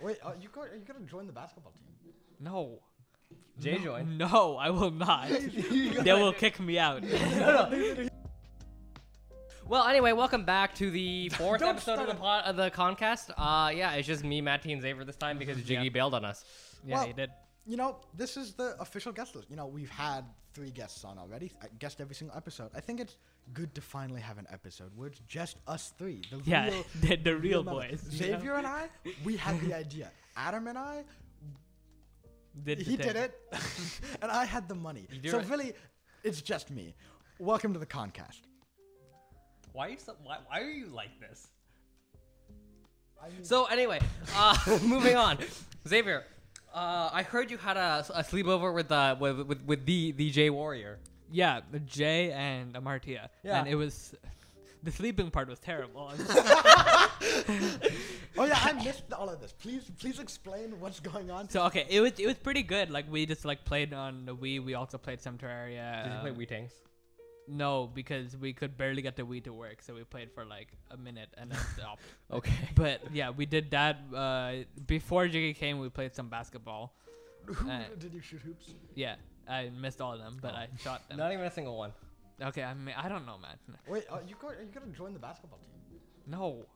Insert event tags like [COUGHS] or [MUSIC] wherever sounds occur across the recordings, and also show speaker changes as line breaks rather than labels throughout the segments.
Wait, uh, you got you gotta join the basketball team.
No.
Jay
no,
joined.
No, I will not. they will kick me out.
Well, anyway, welcome back to the [LAUGHS] fourth
Don't
episode of the,
start.
pod, of the Concast. Uh, yeah, it's just me, Matt, T, and Xavier this time [LAUGHS] because Jiggy bailed on us.
yeah,
Well-
you did.
You know, this is the official guest list. You know, we've had three guests on already. I guest every single episode. I think it's good to finally have an episode where it's just us three. The
Yeah,
real,
[LAUGHS] the, the real
members.
boys. you know?
Xavier and I, we had
[LAUGHS]
the idea. Adam and I,
Did the
he
thing.
did it, [LAUGHS] and I had the money.
do
So
it.
really, it's just me. Welcome to the Concast.
Why are you so, why, why are you like this?
I mean-
So anyway, uh, [LAUGHS] moving on, Xavier. Uh, I heard you had a, a sleepover with uh with with, with the the J Warrior.
Yeah, the Jay and Amartya.
Yeah.
And it was. The sleeping part was terrible. [LAUGHS] I'm
Oh yeah, I missed all of this. Please, please explain what's going on.
So okay, it was it was pretty good. Like we just like played on the Wii. We also played some Terraria.
Did you play
um,
Wii Tanks?
No, because we could barely get the Wii to work, so we played for like a minute and then stopped. [LAUGHS]
Okay.
But yeah, we did that. Uh, before Jiggy came, we played some basketball.
Who
uh,
did you shoot hoops?
Yeah, I missed all of them, but I shot them.
[LAUGHS] Not even a single one.
okay, I mean I don't know, man.
Wait, uh, you got you gotta join the basketball
[LAUGHS]
team.
No.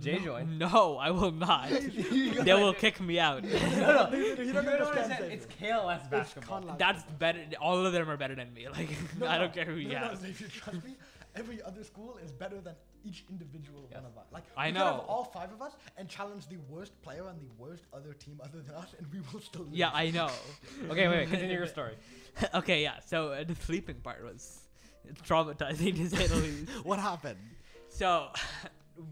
Jay
no,
joined.
No, I will not. they will kick me out. [LAUGHS]
[LAUGHS] No, no.
You don't understand. Xavier.
It's KLS basketball.
Conlad.
That's better. All of them are better than me. [LAUGHS] Like
No,
I
no,
don't care who
no,
you
no,
have.
Xavier, trust me, every other school is better than each individual
Yes.
one of us. Like
I
we could have
know.
all five of us and challenge the worst player on the worst other team other than us, and we will still lose.
Yeah, I know. [LAUGHS]
okay, wait, wait. Continue your
[LAUGHS]
story.
okay, yeah. So uh, the sleeping part was traumatizing to say the least.
What happened?
So [LAUGHS]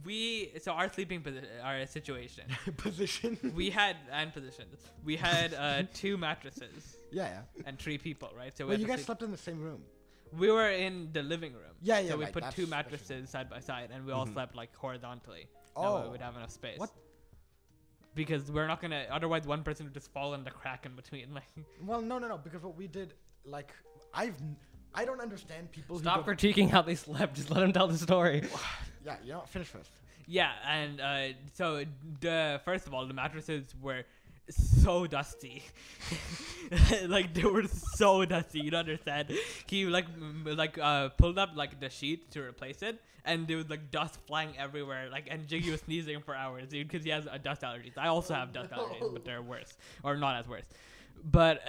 we, so our sleeping position, our situation,
Position.
we had and position, we had uh, two mattresses
Yeah, yeah.
and three people, right? So we,
Well,
had
you
to
guys
sleep-
slept in the same room.
we were in the living room.
Yeah, yeah,
So we
right,
put
that's-
two
that's right.
mattresses side by side, and we all slept like horizontally. That way
Oh.
we'd have enough space.
What?
Because we're not gonna. Otherwise, one person would just fall in the crack in between. [LAUGHS] Like,
Well, no, no, no. Because what we did, like, I've, n- I don't understand people. who
Stop
go-
critiquing how they slept. Just let them tell the story.
Yeah, you know, finish first.
Yeah, and uh, so the first of all, the mattresses were so dusty, [LAUGHS] like they were so dusty. You don't understand. He like m- like uh, pulled up like the sheet to replace it, and there was like dust flying everywhere. Like and Jiggy was sneezing for hours because he has uh, dust allergies. I also have dust allergies, but they're worse or not as worse. But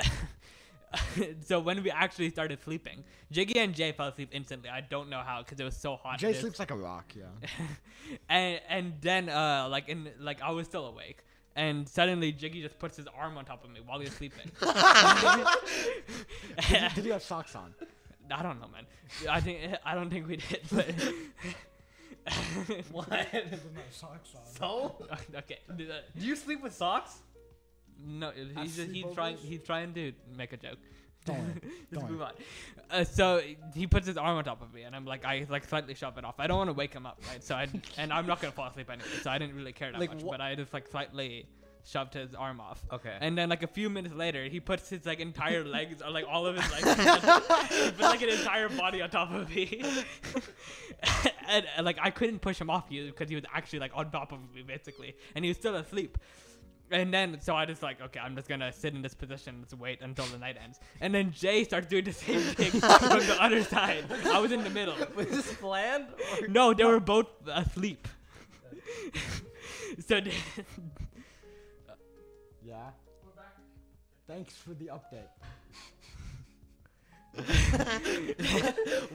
[LAUGHS] so when we actually started sleeping, Jiggy and Jay fell asleep instantly. I don't know how because it was so hot.
Jay
It is-
sleeps like a rock.
[LAUGHS]
Yeah.
and and then uh like in like I was still awake. And suddenly Jiggy just puts his arm on top of me while he's sleeping. [LAUGHS]
did, you, did you have socks on?
I don't know, man. I think I don't think we did, but
[LAUGHS] [LAUGHS] what?
[LAUGHS]
didn't have socks on.
So?
okay. do that.
Do you sleep with socks?
No, he's just he's
sleepovers?
trying he's trying to make a joke.
Don't worry.
Just
Don't
move
worry.
on. Uh, so he puts his arm on top of me, and I'm like, I like slightly shove it off. I don't want to wake him up, right? So I and I'm not gonna fall asleep anyway, so I didn't really care that
Like,
much.
wha-
but I just like slightly shoved his arm off.
Okay. [LAUGHS]
And then like a few minutes later, he puts his like entire legs, or like all of his legs, he put like an entire body on top of me. [LAUGHS] and uh, like I couldn't push him off you because he was actually like on top of me basically, and he was still asleep. And then, so I just like, okay, I'm just gonna sit in this position and just wait until the night ends. And then Jay starts doing the same thing from the other side. I was in the middle.
Was this planned? Or-
No, they were both asleep. [LAUGHS] so, [LAUGHS] they-
Yeah. Thanks for the
[LAUGHS]
update.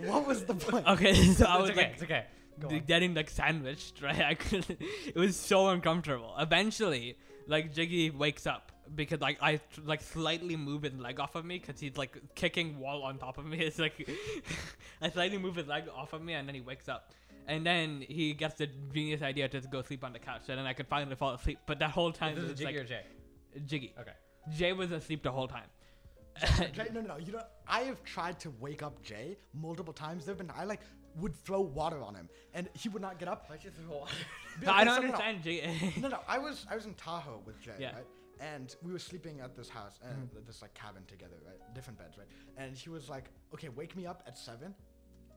what was the point?
Oh, okay, so I was
it's okay.
like,
it's okay. Go
d-
on.
getting like sandwiched, [LAUGHS] right? I couldn't. It was so uncomfortable. Eventually, like Jiggy wakes up because like I like slightly move his leg off of me because he's like kicking wall on top of me. [LAUGHS] It's like I slightly move his leg off of me and then he wakes up. And then he gets the genius idea to just go sleep on the couch, and then I could finally fall asleep. But that whole time, it
This is
was,
Jiggy or
like
Jay?
Jiggy. [LAUGHS]
Okay.
Jay was asleep the whole time.
Jay, no, no, no. You know, I have tried to wake up Jay multiple times. There've been I like would throw water on him, and he would not get up.
So I
Okay,
don't
so no, no.
understand Jay. [LAUGHS]
No, no. I was I was in Tahoe with Jay,
Yeah.
right? And we were sleeping at this house and this like cabin together, right? Different beds, right? And he was like, "Okay, wake me up at seven.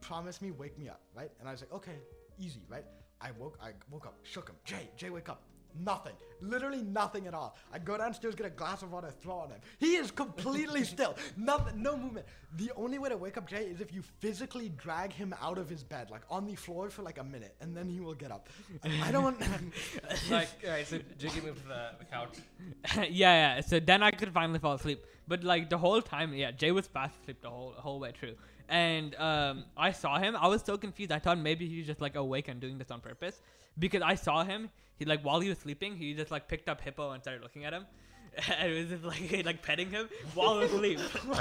Promise me, wake me up, right?" And I was like, "Okay, easy, right?" I woke I woke up, shook him. Jay, Jay, wake up. Nothing. Literally nothing at all. I go downstairs, get a glass of water, throw on him. He is completely still. Nothing, no movement. The only way to wake up Jay is if you physically drag him out of his bed, like on the floor for like a minute, and then he will get up. I I don't want.
like, alright, so Jiggy moved to the, the couch.
[COUGHS] yeah, yeah. So then I could finally fall asleep. But like the whole time, yeah, Jay was fast asleep the whole whole way through. And um, I saw him. I was so confused. I thought maybe he was just like awake and doing this on purpose because I saw him. He like while he was sleeping, he just like picked up Hippo and started looking at him. [LAUGHS] And it was just like [LAUGHS] like petting him while
[LAUGHS]
asleep. [LAUGHS]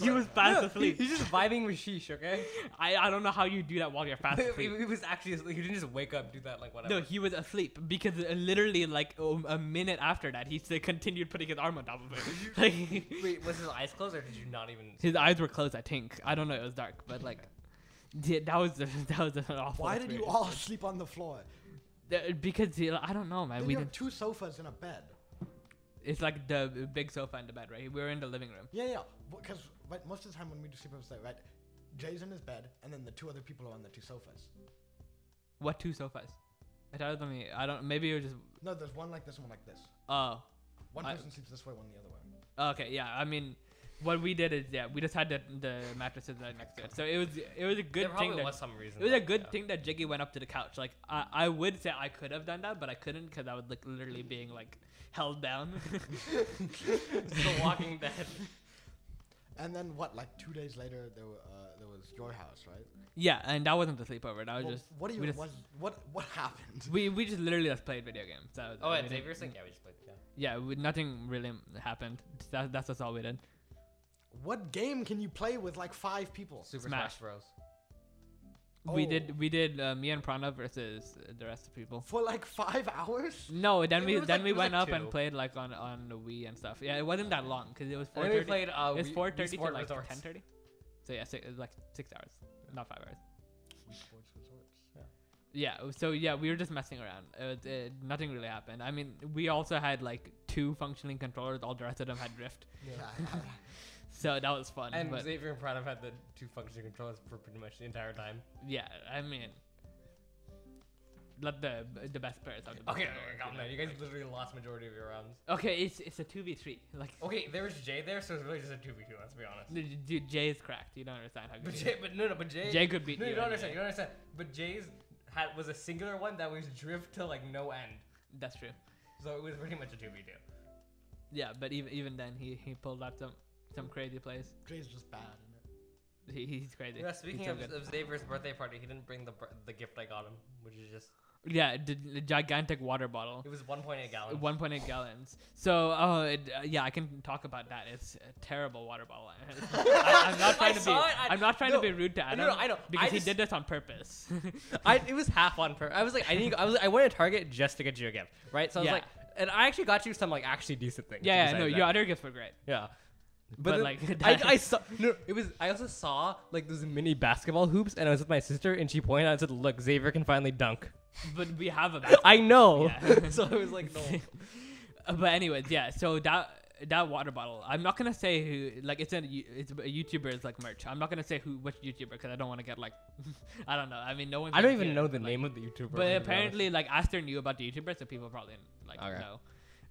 he was fast
No, he-
asleep.
He's just vibing with sheesh, okay?
I, I don't know how you do that while you're fast
[LAUGHS] He-
asleep.
he, he was actually asleep. He didn't just wake up, do that, like whatever.
No, he was asleep because uh, literally, like um, a minute after that, he still continued putting his arm on top of
[LAUGHS]
it. [LAUGHS] Like,
[LAUGHS] Wait, was his eyes closed or did you not even?
his eyes were closed. I think I don't know. It was dark, but like yeah, that was [LAUGHS] that was an awful.
Why did you all [LAUGHS] sleep on the floor?
experience. Uh, Because yeah, I don't know, man.
Then
We
you have
didn't.
two sofas and a bed.
It's like the big sofa and the bed, right? We were in the living room.
Yeah, yeah. Because right, most of the time when we do sleep upstairs, right, Jay's in his bed, and then the two other people are on the two sofas.
What two sofas? I thought it was only. I don't. Maybe it was just.
No, there's one like this, one like this.
Oh,
One
I-
person sleeps this way, one the other way.
okay. Yeah. I mean, what we did is yeah, we just had the, the mattresses right next to it, so it was it was a
There
good
probably
thing that
was some reason.
It was a
like,
good
yeah.
thing that Jiggy went up to the couch. Like I, I would say I could have done that, but I couldn't because I was like literally being like held down. [LAUGHS]
The Walking Dead.
And then what? Like two days later, there were, uh, there was your house, right?
yeah, and that wasn't the sleepover. That was
Well,
just
what do you
we just,
was, what what happened? [LAUGHS]
we we just literally just played video games. That was it.
Oh,
We
and
didn't-
Xavier's like, yeah, we just played. Yeah.
yeah, we, nothing really happened. That, that's just all we did.
What game can you play with like five people?
Super
Smash.
Smash, Bros.
We
Oh.
did we did uh, me and Prana versus uh, the rest of people.
For like five
[LAUGHS]
hours?
No, then
It
we
was
then
like-
we
it was
went
like
up and
two.
played like on on the Wii and stuff. Yeah, it wasn't that long because it was
And
four
then we
thirty.
played. Uh,
It's
Wii-
four
Wii
thirty to
Sport
like
Resorts.
ten thirty. So yeah, six, like six hours, not five hours. Yeah. So yeah, we were just messing around. It, was- it, nothing really happened. I mean, we also had like two functioning controllers. All the rest of them had drift, so that was fun.
And
but
Xavier and Pranav had the two functioning controllers for pretty much the entire time.
yeah, I mean, let the the best players have the best
Okay,
controllers,
calm
you
down.
know?
You guys literally lost majority of your rounds.
Okay, it's it's a two v three. Like, [LAUGHS]
Okay, there was Jay there, so it's really just a two v two. Let's be honest.
dude, dude, Jay is cracked. You don't understand how good.
But
he
[LAUGHS] Jay, but no, no, but Jay.
Jay could beat
no,
you
you don't
any day.
understand. You don't understand. But Jay's had was a singular one that was drift to like no end,
is. That's true.
so it was pretty much a two v two.
Yeah, but even even then, he he pulled out some some crazy plays.
[LAUGHS] Jay's just bad. Isn't it?
He, he's crazy.
Yeah,
He's
speaking
so
of,
good.
of Xavier's birthday party, he didn't bring the br- the gift I got him, which is just
Yeah, the, the gigantic water bottle,
it was 1.8 gallons.
1.8 gallons. So, oh, it, uh, yeah, I can talk about that. It's a terrible water bottle. [LAUGHS] I, am not
I
trying to be.
saw it, I-
I, am not trying
no,
to be rude to Adam.
no, I know. I
because
just-
he did this on purpose. [LAUGHS]
I, it was half on purpose. I was like, I didn't. I was. I went to Target just to get you a gift, right? So I was
Yeah.
like, and I actually got you some like actually decent things.
yeah, yeah,
besides
no,
that.
your other gifts were great.
yeah. But,
But,
then [LAUGHS]
like, that-
I, I saw no. It was I also saw like those mini basketball hoops, and I was with my sister, and she pointed out and said, "Look, Xavier can finally dunk."
But we have a.
[LAUGHS] I know.
Yeah.
[LAUGHS] so I was like, no.
Uh, but anyways, yeah. So that that water bottle, I'm not gonna say who. Like, it's a you- it's a YouTuber's like merch. I'm not gonna say who which YouTuber because I don't want to get like, [LAUGHS] I don't know. I mean, no one.
I don't even know the name of the YouTuber. to be
But
honest.
apparently, like Aster knew about the YouTuber, so people probably didn't, like
Okay.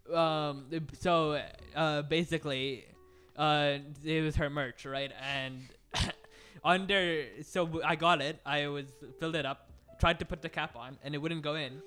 know. Um, so uh, basically, uh, it was her merch, right? And [LAUGHS] under, so w- I got it. I was filled it up, tried to put the cap on, and it wouldn't go in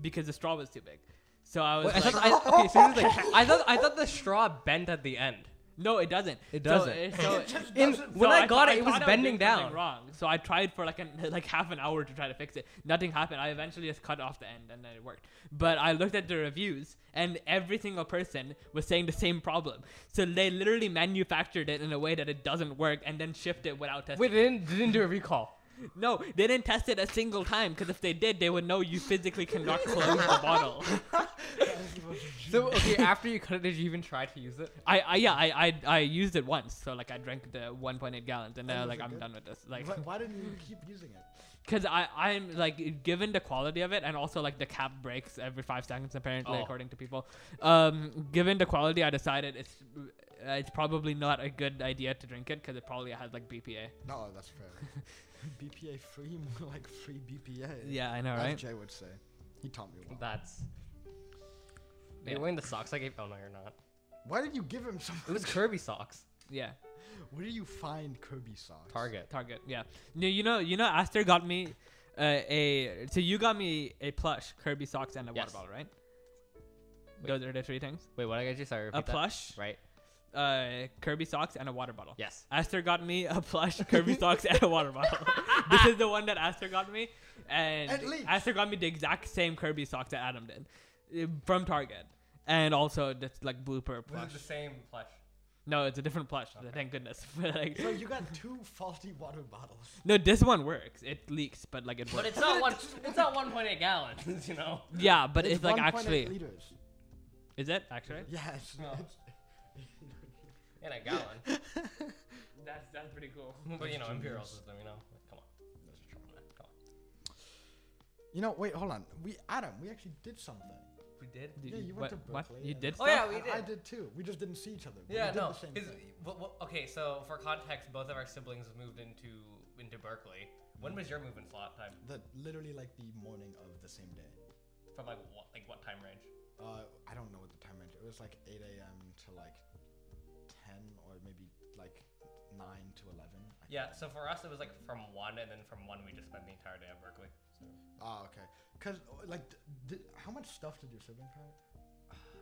because the straw was too big. So I was
Wait, I
like,
thought, I, okay, so here's [LAUGHS] the thing. I thought I thought the straw bent at the end.
no, it doesn't.
It
So- uh,
doesn't.
[LAUGHS]
So,
It just
In-
doesn't-
when
so
I got
thought-
it, it
thought
was
I
bending
doing something
down.
Wrong. So I tried for like an, [LAUGHS] like half an hour to try to fix it. Nothing happened. I eventually just cut off the end, and then it worked. But I looked at the reviews, and every single person was saying the same problem. So they literally manufactured it in a way that it doesn't work, and then shipped it without testing.
Wait, they didn't, they didn't do a recall.
No, they didn't test it a single time because if they did, they would know you physically
[LAUGHS]
cannot close the bottle.
So okay, after you cut it, did you even try to use it?
I, I yeah, I, I I used it once, so like I drank the 1.8 gallons, and then I was
was
like
it
I'm
good?
done with this. Like,
why, why didn't you keep using it?
Cause I I'm like given the quality of it and also like the cap breaks every five seconds apparently
Oh.
according to people. Um, given the quality, I decided it's uh, it's probably not a good idea to drink it because it probably has like BPA.
No, that's fair. [LAUGHS] BPA free, more like free BPA.
Yeah, I know,
As
right?
Jay would say. He taught me well.
That's Are
Yeah.
you wearing the socks I gave? Oh no, you're not.
Why did you give him some?
It was Kirby socks.
Yeah.
[LAUGHS] Where do you find Kirby socks?
Target.
Target. Yeah. No, you know, you know, Aster got me uh, a. So you got me a plush, Kirby socks, and a
Yes.
water bottle, right?
Wait.
Those are the three things.
Wait, what did I get you? Sorry, repeat
A
that.
plush,
Right.
uh, Kirby socks, and a water bottle.
Yes.
Aster got me a plush,
[LAUGHS]
Kirby socks, and a water bottle. [LAUGHS] this is the one that Aster got me, and
At least.
Aster got me the exact same Kirby socks that Adam did uh, from Target, and also this like blooper plush.
the same plush.
No, it's a different plush. Thank goodness. [LAUGHS] But, like,
So you got two faulty water bottles.
no, this one works. It leaks, but like it
[LAUGHS]
But
works.
it's not one. It's not 1.8 gallons. [LAUGHS] You know.
yeah, but it's, like
1.8
actually,
liters.
is it actually?
Yes.
No. In a [LAUGHS] gallon.
That's that's pretty cool.
but you know, imperial system. You know. Like, come on. Come on.
You know, wait, hold on. We Adam, we actually did something.
We did.
Did
Yeah, you went
what,
to
what?
Berkeley
You
and-
did?
Oh,
stuff?
yeah, we
And I did
did.
too. We just didn't see each other. but we
Yeah,
did
no.
The same
Is,
thing.
wha- wha- okay, so for context, both of our siblings moved into into Berkeley. When was your move in slot time?
The literally like the morning of the same day.
From like what like what time range?
Uh, I don't know what the time range. It was like 8 a.m. to like 10 or maybe like 9 to 11. I
Yeah, so for us it was like from one, and then from one we just spent the entire day at Berkeley. So
Oh, okay. Cause uh, like, d- did, how much stuff did your sibling carry?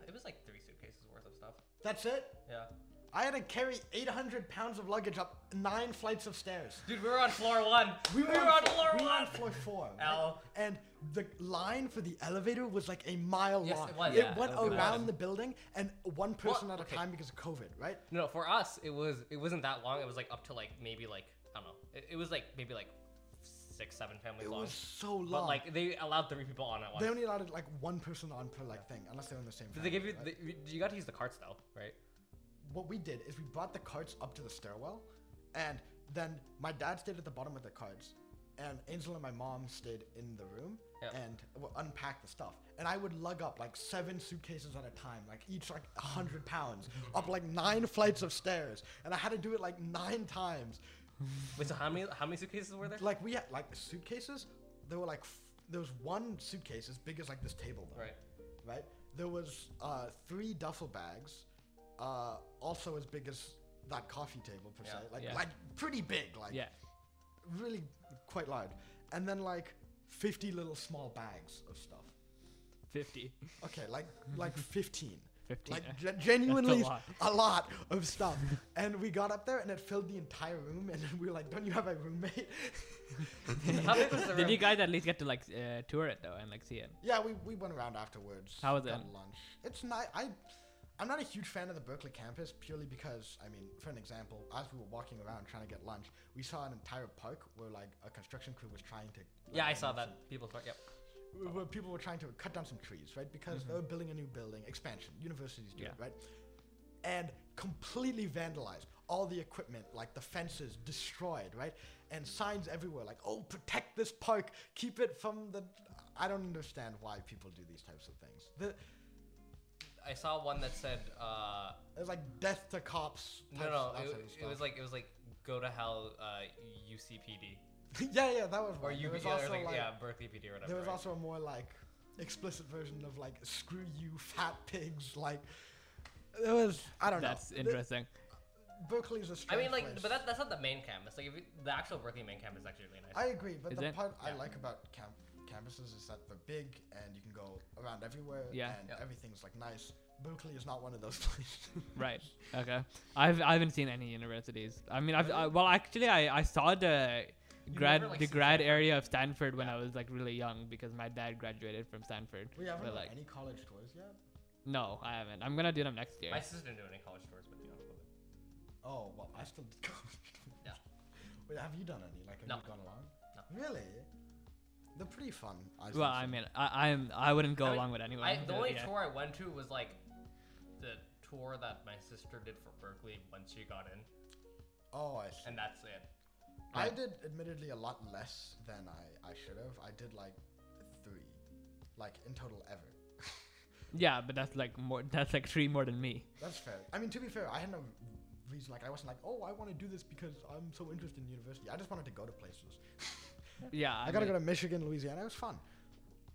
it was like three suitcases worth of stuff.
That's it.
Yeah,
I had to carry 800 pounds of luggage up nine flights of
[LAUGHS]
stairs.
dude, we were on floor one. We were, on floor
we were
one.
on floor four. right?
Ow.
And the line for the elevator was like a mile
Yes,
long.
it was.
Yeah,
went
it was
around
bad.
the building and one person at a
okay.
time because of COVID, right?
No, for us it was it wasn't that long. It was like up to like maybe like I don't know. It, it was like maybe like six, seven families
It
long.
was so long.
But like they allowed three people on at once.
they only allowed like one person on per like thing, unless they're on the same.
Did they give
family,
you?
right?
The, you got to use the carts though, right?
what we did is we brought the carts up to the stairwell, and then my dad stayed at the bottom of the carts, and Angel and my mom stayed in the room
Yeah.
and well, unpacked the stuff. And I would lug up like seven suitcases at a time, like each like a hundred
[LAUGHS]
pounds, up like nine flights of stairs, and I had to do it like nine times.
Wait, so how many how many suitcases were
[LAUGHS]
there?
Like we had like suitcases. There were like f- there was one suitcase as big as like this table. Though.
Right.
right? There was uh, three duffel bags, uh, also as big as that coffee table per se,
Yeah,
like
yeah.
like pretty big, like
Yeah.
really quite large, and then like fifty little small bags of stuff.
50.
Okay, like like fifteen.
15,
Like
eh?
ge- genuinely
lot.
a lot of stuff. and we got up there and it filled the entire room and [LAUGHS] we were like, Don't you have a roommate?
How big was the
[LAUGHS]
room?
Did you guys at least get to like uh, tour it though and like see it?
Yeah, we, we went around afterwards.
How was
got
it?
Lunch. It's not. I, I'm not a huge fan of the Berkeley campus purely because I mean, for an example, as we were walking around trying to get lunch, we saw an entire park where like a construction crew was trying to. like,
yeah, I
end
saw
up
that. People thought, yep.
some- where people were trying to cut down some trees, right? Because
Mm-hmm.
they were building a new building, expansion. Universities do it,
Yeah.
right? And completely vandalized all the equipment, like the fences destroyed, right? And signs everywhere, like "Oh, protect this park, keep it from the." I don't understand why people do these types of things. The,
I saw one that said, uh,
it was like death to cops.
no,
types-
no,
that
it,
sort of
it was
stuff.
like it was like go to hell, uh, UCPD
[LAUGHS] yeah, yeah, that was.
or
one.
UPD,
there was
or
also
like,
like,
yeah, Berkeley PD or whatever.
there was
right?
also a more like explicit version of like "screw you, fat pigs." Like there was, I don't
That's
know. The-
interesting.
Berkeley's a
I
strange
mean, like,
place.
but that, that's not the main campus. Like, if you, the actual Berkeley main campus is actually really nice.
I agree, but
Is
the
it?
part I
Yeah.
like about camp campuses is that they're big and you can go around everywhere
Yeah.
and
Yeah.
everything's like nice. Berkeley is not one of those [LAUGHS] places.
Right. Okay. I've I haven't seen any universities. I mean, I've I, well actually I, I saw the
You
grad
never, like,
the
seen
grad area of Stanford when
Yeah.
I was like really young because my dad graduated from Stanford.
we haven't
But,
done
like
any college tours yet.
no, I haven't. I'm gonna do them next year.
My sister didn't do any college tours, but you know.
Oh well, I still [LAUGHS] did college tours.
Yeah.
Wait, have you done any? Like, have
No.
you gone along?
No.
Really? They're pretty fun. I
well, I mean, I I'm I wouldn't go
I mean,
along with anyone.
I, the only
yeah.
tour I went to was like the tour that my sister did for Berkeley once she got in,
Oh, I see.
and that's it.
I
Right.
did admittedly a lot less than I I should have. I did like three, like in total ever.
Yeah, but that's like more. [LAUGHS] That's like three more than me.
That's fair. I mean, to be fair, I had no reason. Like, I wasn't like, oh, I want to do this because I'm so interested in university. I just wanted to go to places.
Yeah.
I, gotta
mean-
go to Michigan, Louisiana. It was fun.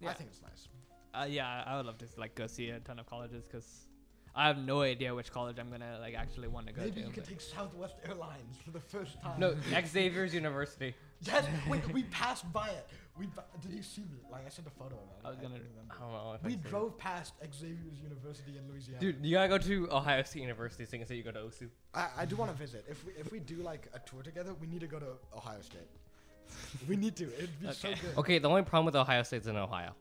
I
Yeah.
think it's nice.
Uh, yeah, I would love to like go see a ton of colleges because I have no idea which college I'm gonna like actually want to go
Maybe
to.
you could
but-
take Southwest Airlines for the first time. [LAUGHS]
[LAUGHS] No, Xavier's University.
Yes. Wait, we passed by it. We pa- did you see me? Like I sent a photo. Of it.
I was gonna-
don't remember.
I don't know. if I
We
said-
drove past Xavier's University in Louisiana.
Dude, you gotta go to Ohio State University so you can say you go to OSU.
I, I do want to visit. If we if we do like a tour together, we need to go to Ohio State. we need to. It'd be so good.
Okay, the only problem with Ohio State's in Ohio.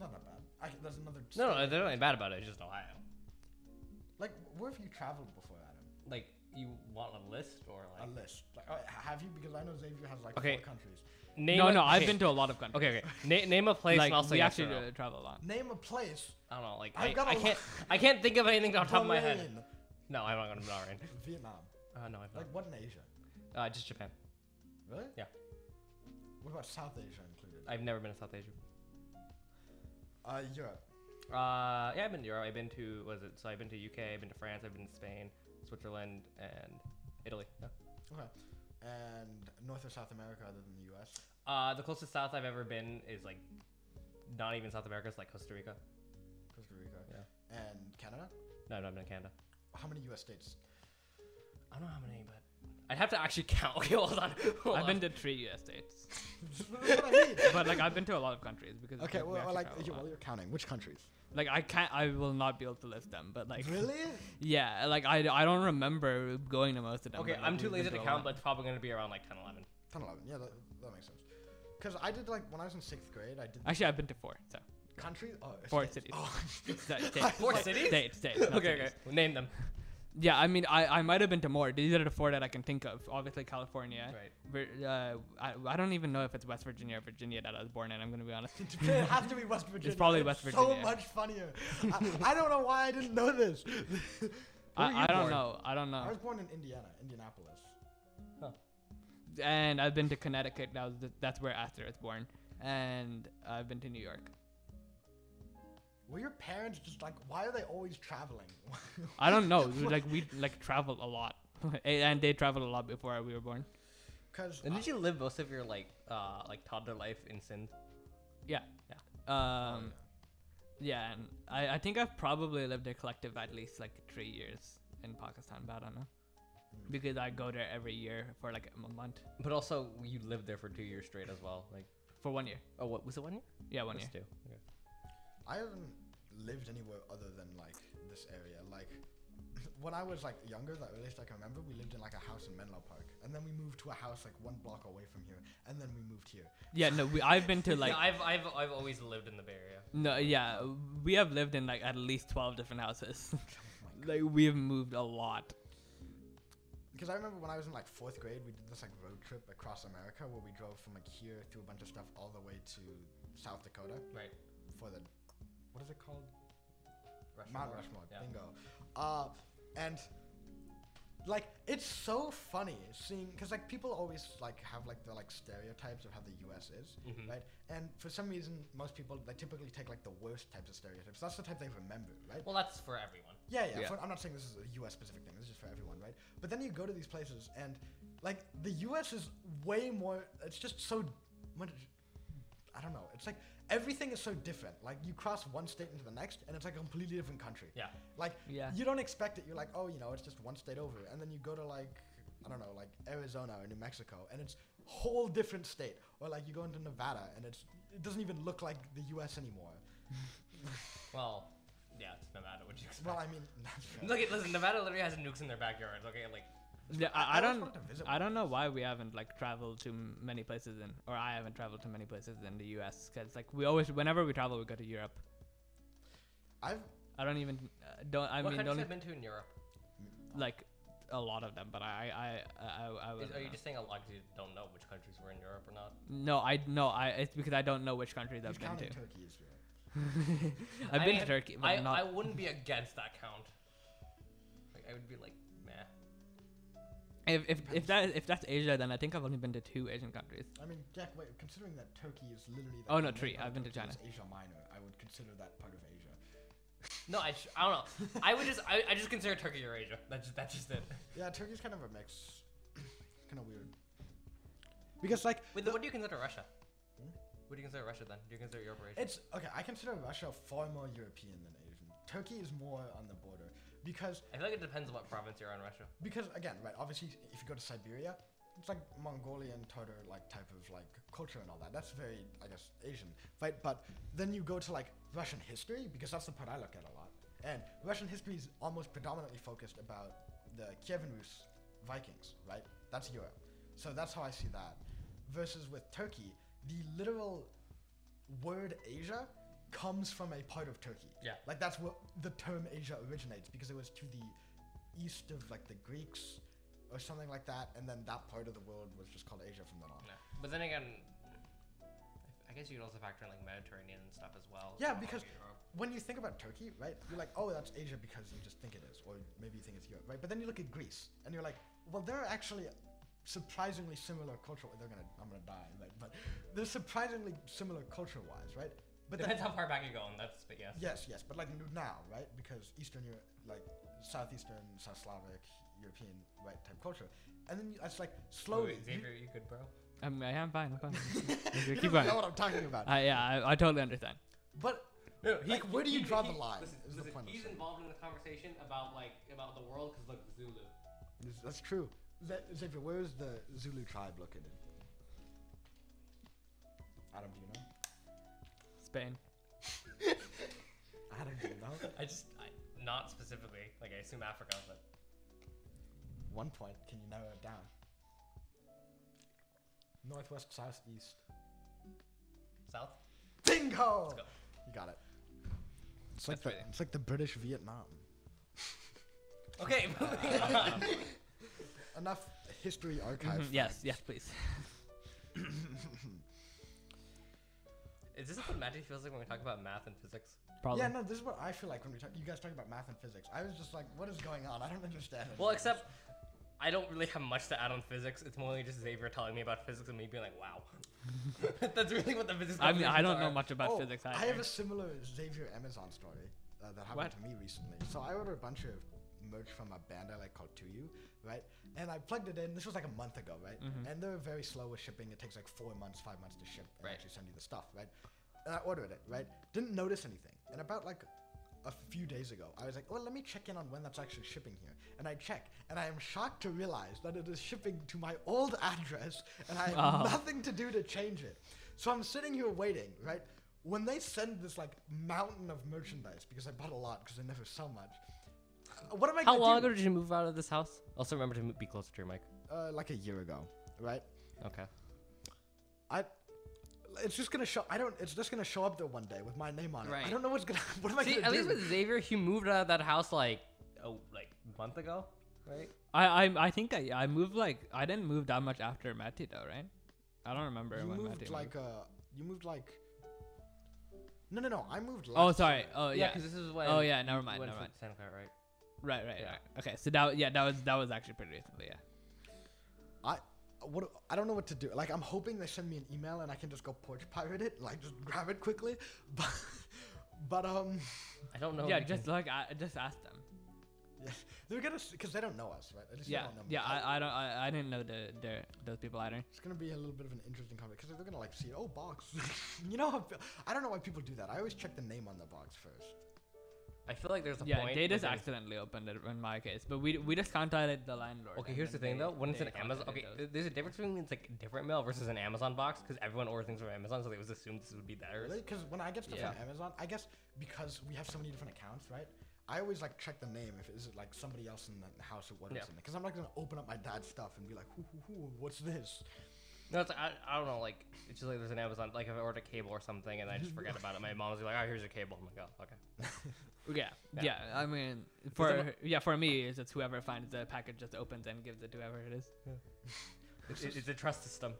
Not that bad. I, can- there's another.
No, no,
state.
they're not even bad about it. It's just Ohio.
Like, where have you traveled before, Adam?
Like, you want a list or like?
A list. Like, uh, have you? Because I know Xavier has like
Okay.
four countries.
Name
no,
a-
no, I've
okay,
been to a lot of countries.
Okay, okay. Na- name a place
like
and I'll say
we
yes or
actually
no.
uh, travel a lot.
Name a place.
I don't know. Like,
I've
I,
got a
I can't.
lot.
I can't think of anything off the top of my head.
Bahrain,
No, I'm not going to Bahrain.
Vietnam.
Uh, no, I've not.
Like, what in Asia?
Uh, just Japan.
Really?
Yeah.
What about South Asia included?
I've never been to South Asia.
Uh, Europe.
Uh, yeah, I've been to Europe. I've been to was it? So I've been to UK. I've been to France. I've been to Spain, Switzerland, and Italy. No.
Okay. And North or South America, other than the U.S.
Uh, the closest south I've ever been is like not even South America. It's like Costa Rica.
Costa Rica.
Yeah.
And Canada.
No, no, I've been to Canada.
How many U.S. states? [LAUGHS]
I don't know how many, but I'd have to actually [LAUGHS] count. Okay, hold on. Hold
I've been
uh,
to
on.
three U.S. states,
That's what I mean.
but like I've been to a lot of countries because
Okay,
like, we
well,
actually
like,
travel a
you-
lot.
while you're counting, which countries?
like I can't, I will not be able to list them. But like,
[LAUGHS] Really?
yeah, like I, I don't remember going to most of them.
Okay,
but, like,
I'm too
we've been
lazy to
a
count,
lot.
but it's probably gonna be around like 10, 11.
10, 11. Yeah, that, that makes sense. Because I did, like, when I was in sixth grade, I did
actually I've been to four. So
countries. Oh,
Four
states.
cities.
Oh, [LAUGHS]
Sta-
I
states.
was
Four
like,
cities?
States, states. not
[LAUGHS] Okay,
cities.
okay. Well, name them.
Yeah, I mean, I, I might have been to more. These are the four that I can think of. Obviously, California.
Right.
Vir- Uh, I, I don't even know if it's West Virginia or Virginia that I was born in. I'm gonna be honest.
It has to be West Virginia.
probably
It's
West
So
Virginia.
much funnier. I, I don't know why I didn't know [LAUGHS] this. Where were you
I, I don't
born?
know. I don't
I was
know.
born in Indiana, Indianapolis.
And I've been to Connecticut. That was the, that's where Astor was born. And I've been to New York.
Were your parents just like, why are they always traveling? [LAUGHS]
I don't know. like we like traveled a lot, [LAUGHS] and they traveled a lot before we were born.
Because
And did you live most of your like uh like toddler life in Sindh?
Yeah. Yeah. Um. Yeah, and I, I think I've probably lived a collective at least like three years in Pakistan, but I don't know. Because I go there every year for like a month.
But also you lived there for two years straight as well. Like
For one year.
oh, what was it? One year?
Yeah, one
That's
year.
two. Okay.
I haven't lived anywhere other than like this area. Like [LAUGHS] when I was like younger, the earliest I can remember, we lived in like a house in Menlo Park, and then we moved to a house like one block away from here, and then we moved here.
Yeah, [LAUGHS] no, we, I've been to
Like
like
I've I've I've always lived in the Bay Area.
no, yeah, we have lived in like at least twelve different [LAUGHS] houses. like we have moved a lot.
Because I remember when I was in like fourth grade, we did this like road trip across America where we drove from like here through a bunch of stuff all the way to South Dakota
Right.
for the what is it called?
Rushmore.
Mount Rushmore,
Yeah.
bingo. Uh, and like it's so funny seeing because like people always like have like the like stereotypes of how the U.S. is,
Mm-hmm.
right? And for some reason, most people they typically take like the worst types of stereotypes. That's the type they remember, right?
Well, that's for everyone.
Yeah, yeah.
Yeah.
for- I'm not saying this is a U.S. specific thing. This is just for everyone, right? But then you go to these places, and like the U.S. is way more. It's just so. much- I don't know. It's like everything is so different. Like you cross one state into the next, and it's like a completely different country.
Yeah.
Like
Yeah.
you don't expect it. You're like, oh, you know, it's just one state over, and then you go to like I don't know, like Arizona or New Mexico, and it's whole different state. Or like you go into Nevada, and it's it doesn't even look like the U.S. anymore.
Well, yeah, it's Nevada. What you expect?
Well, I mean, [LAUGHS] that's fair.
[LAUGHS] Look, at- listen, Nevada literally has nukes in their backyards. Okay, like
Yeah,
I- I
I, I
always
don't
wanted to visit
I don't know why we haven't like traveled to m- many places in or I haven't traveled to many places in the US cuz like we always whenever we travel we go to Europe.
I've
I don't even uh, don't I
what
mean
countries
don't
have you been to in Europe?
like a lot of them, but I I I I, I
Is,
wouldn't
are you
know.
just saying a lot because you don't know which countries were in Europe or not?
no I no I it's because I don't know which countries I've
He's
been
counting
to.
Turkey as Europe.
I've
I
been to
mean,
Turkey, but
I,
not
I wouldn't be against that count. Like, I would be like, meh.
if if if that if that's Asia, then I think I've only been to two Asian countries.
I mean, Jack, wait, considering that Turkey is literally. The
Oh, no,
main
tree.
part of
I've been to
Turkey is Asia Minor. I would consider that part of Asia.
No, I, sh- I don't
[LAUGHS]
know. I would just I, I just consider Turkey Eurasia. That's just, that's just it.
Yeah, Turkey's kind of a mix. [COUGHS] kind of weird. Because, like. Hmm?
Wait, then what do you consider Russia? What do you consider Russia then? Do you consider Europe or Asia?
It's okay. I consider Russia far more European than Asian. Turkey is more on the border because
I feel like it depends on what province you're on, Russia.
because again, right? Obviously, if you go to Siberia, it's like Mongolian Tartar like type of like culture and all that. That's very, I guess, Asian, right? But then you go to like Russian history because that's the part I look at a lot, and Russian history is almost predominantly focused about the Kievan Rus Vikings, right? That's Europe, so that's how I see that. Versus with Turkey, the literal word Asia comes from a part of Turkey.
Yeah.
Like that's where the term Asia originates because it was to the east of like the Greeks or something like that, and then that part of the world was just called Asia from then on.
No. But then again, I guess you could also factor in like Mediterranean and stuff as well.
Yeah,
Not
because
only Europe.
when you think about Turkey, right, you're like, oh, that's Asia because you just think it is, or maybe you think it's Europe, right? But then you look at Greece, and you're like, well, they're actually surprisingly similar culture. They're gonna, I'm gonna die, right? But they're surprisingly similar culture-wise, right? But then
depends how far back you go, and that's but yes.
[LAUGHS] Yes, yes, but like now, right? Because Eastern Europe, like Southeastern, South Slavic, European, right type culture, and then you- it's like slowly. you-
Wait, Xavier, you good, bro?
I'm, I am fine.
[LAUGHS]
I'm
you
fine.
don't
Keep
know
going.
what I'm talking about.
I, yeah, I, I totally understand.
but
No,
Like, where do you draw the line
Listen,
is the
listen,
point I'm
he's
saying.
involved in the conversation about like about the world because look, Zulu.
this- that's true. Ze- Xavier, where is the Zulu tribe located? Adam, do you know?
Spain.
Adam, do you know?
I just I, not specifically like I assume Africa, but
[LAUGHS] One point. Can you narrow it down? Northwest, south, east.
South.
Bingo!
go.
You got it. It's like
That's
the,
brilliant.
it's like the British Vietnam.
Okay, [LAUGHS]
[LAUGHS]
moving on.
enough history archive. [LAUGHS]
Mhm, [LAUGHS] Yes, yes, please.
Is this what magic feels like when we talk about math and physics?
Problem.
Yeah, no, this is what I feel like when we talk. You guys talk about math and physics. I was just like, what is going on? I don't understand. it.
Well, except I don't really have much to add on physics. It's mostly just Xavier telling me about physics and me being like, wow. [LAUGHS] That's really what the physics.
I mean, I don't know
conversations are.
much about
Oh,
physics.
I have
either.
a similar Xavier Amazon story uh, that happened to
What?
me recently. So I ordered a bunch of merch from a band I like called To You, right? And I plugged it in. This was like a month ago, right?
Mm-hmm.
And they're very slow with shipping. It takes like four months, five months to ship and
Right.
actually send you the stuff, right? And I ordered it, right? Didn't notice anything. And about like a few days ago, I was like, "Oh, let me check in on when that's actually shipping here." And I check, and I am shocked to realize that it is shipping to my old [LAUGHS] address, and I have
Uh-huh.
[LAUGHS]
Oh.
nothing to do to change it. So I'm sitting here waiting, right? When they send this like mountain of merchandise, because I bought a lot because I never sell much. uh, What am I?
How
gonna
long
do?
ago did you move out of this house? Also, remember to be closer to your mic.
Uh, like a year ago, right?
Okay.
I. It's just gonna show. I don't. It's just gonna show up there one day with my name on it. I
Right.
don't know what's gonna. [LAUGHS] What am I
See,
gonna
at
do?
least with Xavier, he moved out of that house like oh, like a month ago, right?
I, I, I think I, I moved like I didn't move that much after Matty though, right? I don't remember
You
when
moved
Matty
like uh you moved like No no no, I moved
Oh,
last
sorry. Oh, yeah.
this is when.
Oh, yeah, never mind,
When
never mind.
Santa Clara, right?
Right, right,
Yeah.
right. Okay, so that yeah, that was that was actually pretty recently. Yeah.
I what I don't know what to do. Like I'm hoping they send me an email and I can just go porch pirate it, like just grab it quickly. [LAUGHS] But but um
I don't know.
yeah,
if we
just
can-
like I just asked them.
yeah, they're gonna because they don't know us, right? At least they
Yeah,
don't know me.
yeah. I, I don't I, I didn't know the their those people either.
it's gonna be a little bit of an interesting comment because they're gonna like see oh box. [LAUGHS] you know how, I don't know why people do that. I always check the name on the box first.
I feel like there's a
Yeah,
point.
they
where
just
there's-
accidentally opened it in my case, but we we just contacted the landlord.
Okay,
and
here's the
then
thing
they-
though. When it's
they
an Amazon, okay,
contacted us.
th- there's a difference between it's like different mail versus an Amazon box because everyone orders things from Amazon, so they was assumed this would be theirs.
Really? Because when I get stuff
Yeah.
from Amazon, I guess because we have so many different accounts, right? I always like check the name if is it like somebody else in the house who ordered
Yeah.
something. Because I'm not gonna open up my dad's stuff and be like, "Hoo hoo hoo, what's this?"
No, it's, I, I don't know. Like it's just like there's an Amazon. Like if I order a cable or something and I just forget about it, my mom's like, "Oh, here's your cable." I'm like, "Oh, okay."
Yeah,
Yeah.
yeah. I mean,
it
for yeah, for me, it's just whoever finds the package just opens and gives it to whoever it is.
It's, it's a trust [LAUGHS] system.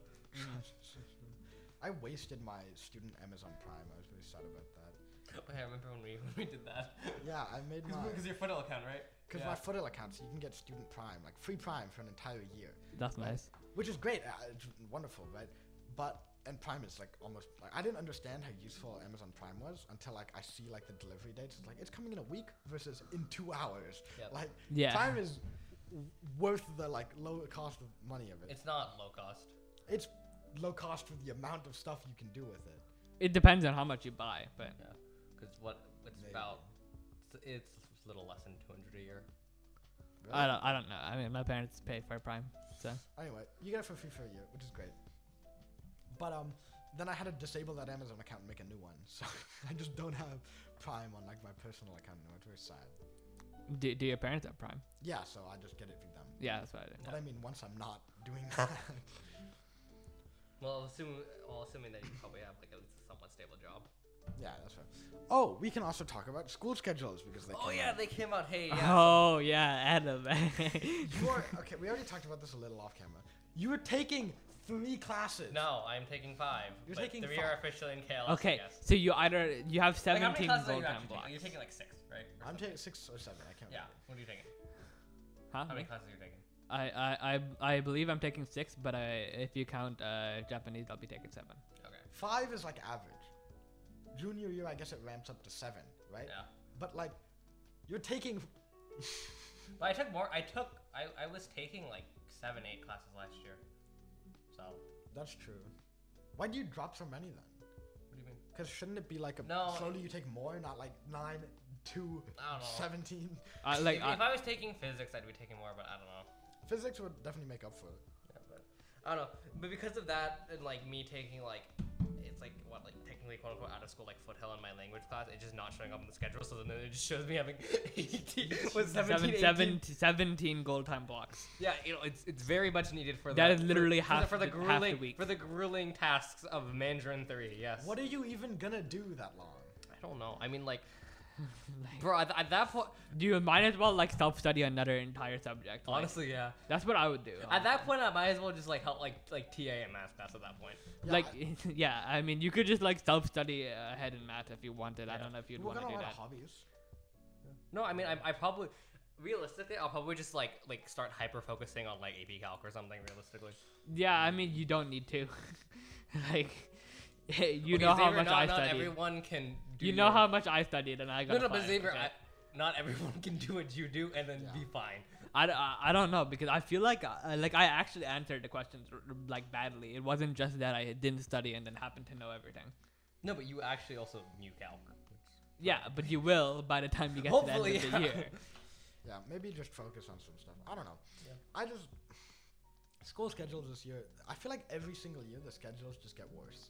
I wasted my student Amazon Prime. I was very sad about that.
Oh, yeah, I remember when we [LAUGHS] when we did that
Yeah, I made my
because your Footle account, right?
because my Footle account, so you can get student Prime, like free Prime for an entire year.
That's
right?
nice.
Which is great. uh, It's wonderful, right? But and Prime is like almost like I didn't understand how useful Amazon Prime was until like I see like the delivery dates. It's like it's coming in a week versus in two hours.
Yep.
Like
Yeah.
Prime is w- worth the like lower cost of money of it. It's,
It's not low cost.
low cost for the amount of stuff you can do with it.
It depends on how much you buy, but
Yeah, because what it's
Maybe.
about, it's, it's a little less than 200 a year.
I don't. I don't know. I mean, my parents pay for Prime, so
Anyway, you get it for free for a year, which is great. But um, then I had to disable that Amazon account and make a new one, [LAUGHS] so I just don't have Prime on like my personal account anymore. It's very sad.
do, do your parents have Prime?
Yeah, so I just get it through them.
Yeah, that's what I do.
But I mean, once I'm not doing
[LAUGHS]
that, [LAUGHS]
Well, assuming, well, assuming that you probably have like at least a somewhat stable job.
yeah, that's right. Oh, we can also talk about school schedules because they.
Oh
came
yeah,
out.
they came out. Hey,
Oh yeah, Adam. [LAUGHS]
You're, [LAUGHS] okay, we already talked about this a little off camera. You were taking three classes.
No, I'm taking five.
You're
but
taking
three
five.
are officially in KLS. I
okay,
guess.
so you either you have
Like, how many
seventeen
classes are
full
you
time
actually
blocks.
taking? You're taking like six, right? Or
I'm
something.
taking six or seven. I can't.
Yeah. Mm-hmm.
remember.
What are you taking?
Huh?
How many classes are you taking?
I, I I I believe I'm taking six, but I, if you count uh, Japanese, I'll be taking seven.
Okay.
Five is like average. Junior year, I guess it ramps up to seven, right?
Yeah.
But like, you're taking. [LAUGHS]
But I took more. I took. I, I was taking like seven, eight classes last year. So. What
That's true. Why do you drop so many then?
do you mean?
Because shouldn't it be like a
No.
slowly you take more, not like nine, two,
I don't know.
17?
[LAUGHS]
Uh, like
if,
I,
if I was taking physics, I'd be taking more, but I don't know.
Physics would definitely make up for it.
Yeah, but I don't know. But because of that, and like me taking like, it's like what like technically quote unquote out of school like foothill in my language class, it's just not showing up in the schedule. So then it just shows me having [LAUGHS] E 18, was 17,
seven, seven,
18.
17 goal time blocks.
Yeah, you know, it's it's very much needed for
That
the,
is literally
for,
half
for the,
the-
for the
half the
grueling
week.
for the grueling tasks of Mandarin three. Yes.
What are you even gonna do that long?
I don't know. I mean,
[LAUGHS]
like, bro, at, at that point,
You might as well like self study another entire subject. like,
honestly, yeah.
that's what I would do.
At that point, I might as well just like help like like TA and math class at that point.
Yeah,
like
I-
[LAUGHS] yeah, I mean you could just like self study ahead in math if you wanted. I
Yeah.
don't know if you'd
We're
want to
gonna
do
a lot
that.
of hobbies.
No, I mean, I, I probably realistically, I'll probably just like like start hyper focusing on like AP Calc or something. Realistically,
Yeah, I mean you don't need to. [LAUGHS] like [LAUGHS] you
Okay,
know how
Xavier,
much
not,
I
not
studied.
everyone can. Do
you know
your-
how much I studied, and I got.
No,
a
no, but
five,
Xavier,
okay?
I, not everyone [LAUGHS] can do what you do and then be fine.
I, d- I- I don't know because I feel like uh, like I actually answered the questions r- r- like badly. It wasn't just that I didn't study and then happened to know everything.
No, but you actually also knew Calc.
Yeah, but you will by the time you get
Hopefully,
to the end
yeah.
of
[LAUGHS]
the year.
Yeah, maybe just focus on some stuff. I don't know.
Yeah.
I just [SIGHS] school schedules this year. I feel like every single year the schedules just get worse.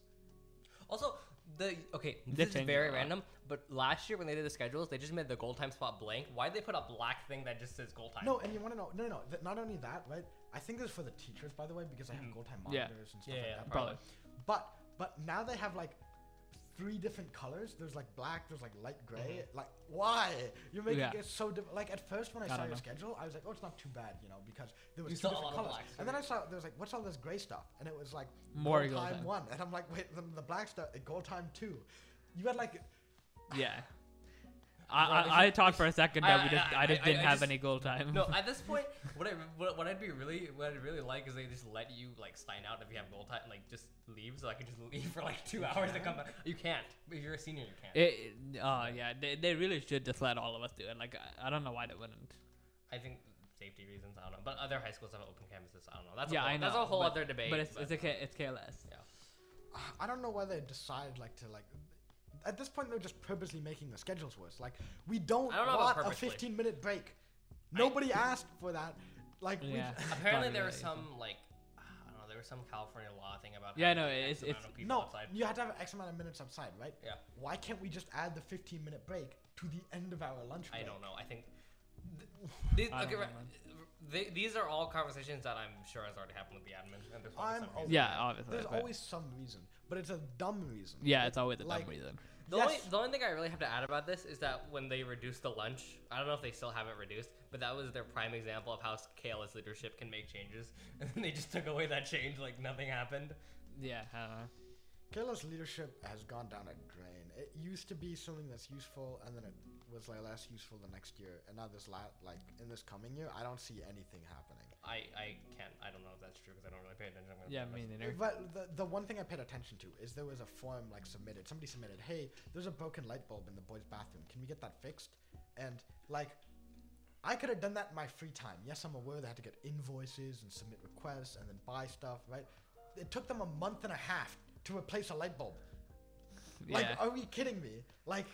Also, the okay,
They
this is
change
very
a lot.
random. But last year when they did the schedules, they just made the goal time spot blank. Why would they put a black thing that just says goal time?
No, and you want to know? No, no, no. Th- not only that, right? I think this is for the teachers, by the way, because they have gold time
Mm-hmm. Yeah.
monitors and stuff
Yeah,
like
yeah,
that.
Probably.
But but now they have like three different colors. There's like black. There's like light gray. Like why? You're making
Mm-hmm. Yeah.
it so diff- like at first when I,
I
saw
don't
your
know.
schedule, I was like, oh, it's not too bad, you know, because there was
You
two
saw a
different
lot of
colors.
blacks,
And then I saw there was like, what's all this gray stuff? And it was like
More
gold
gold
time
time.
one, and I'm like, wait, the, the black stuff, uh, gold time two. You had like
Yeah.
Bro,
I,
if
I, I
you-
talked for a second that
I-
we just
I-
I, just
I- I-
didn't
I
have
just-
any goal time.
No, at this point, what I what, what I'd be really what I'd really like is they just let you like sign out if you have gold time, like just leave. So I could just leave [LAUGHS] for like two hours and come back. You can't. If you're a senior, you can't.
It, oh yeah, they, they really should just let all of us do it. Like I, I don't know why they wouldn't.
I think safety reasons. I don't know. But other high schools have open campuses. I don't know. That's
yeah,
a whole,
I know.
That's a whole
but-
other debate.
But it's it's, a K, it's KLS.
yeah.
I don't know why they decide like to like. At this point, they're just purposely making the schedules worse. Like we don't,
I don't know about
want a
purposely.
15 minute break. Nobody asked for that. Like we,
Yeah.
Apparently
Probably
there
not
was
easy.
some like [SIGHS] I don't know. There was some California law thing about
Yeah,
having,
no,
like,
it's-
X amount
it's-
of
[LAUGHS]
people
no,
outside.
you have to have X amount of minutes outside, right?
Yeah.
Why can't we just add the 15 minute break to the end of our lunch
I
break?
don't know. I think th- these,
I don't
okay,
know,
right, they, these are all conversations that I'm sure has already happened with the admin. And there's probably
I'm
some
al-
reason.
Yeah, obviously.
There's
but-
always some reason, but it's a dumb reason.
yeah, it's always a dumb
like-
reason.
The,
Yes.
only, the only thing I really have to add about this is that when they reduced the lunch, I don't know if they still have it reduced, but that was their prime example of how KLS leadership can make changes. [LAUGHS] And then they just took away that change like nothing happened.
Yeah, I don't know.
Kayla's leadership has gone down a drain. It used to be something that's useful, and then it was like less useful the next year, and now this la- like in this coming year, I don't see anything happening.
I, I can't, I don't know if that's true because I don't really pay attention. I'm gonna
Yeah,
be
me
honest.
neither.
But the, the one thing I paid attention to is there was a form like submitted. Somebody submitted, "Hey, there's a broken light bulb in the boys' bathroom. Can we get that fixed?" And like, I could have done that in my free time. Yes, I'm aware they had to get invoices and submit requests and then buy stuff, right? it took them a month and a half to replace a light bulb. Like, uh,
yeah.
are you kidding me? Like,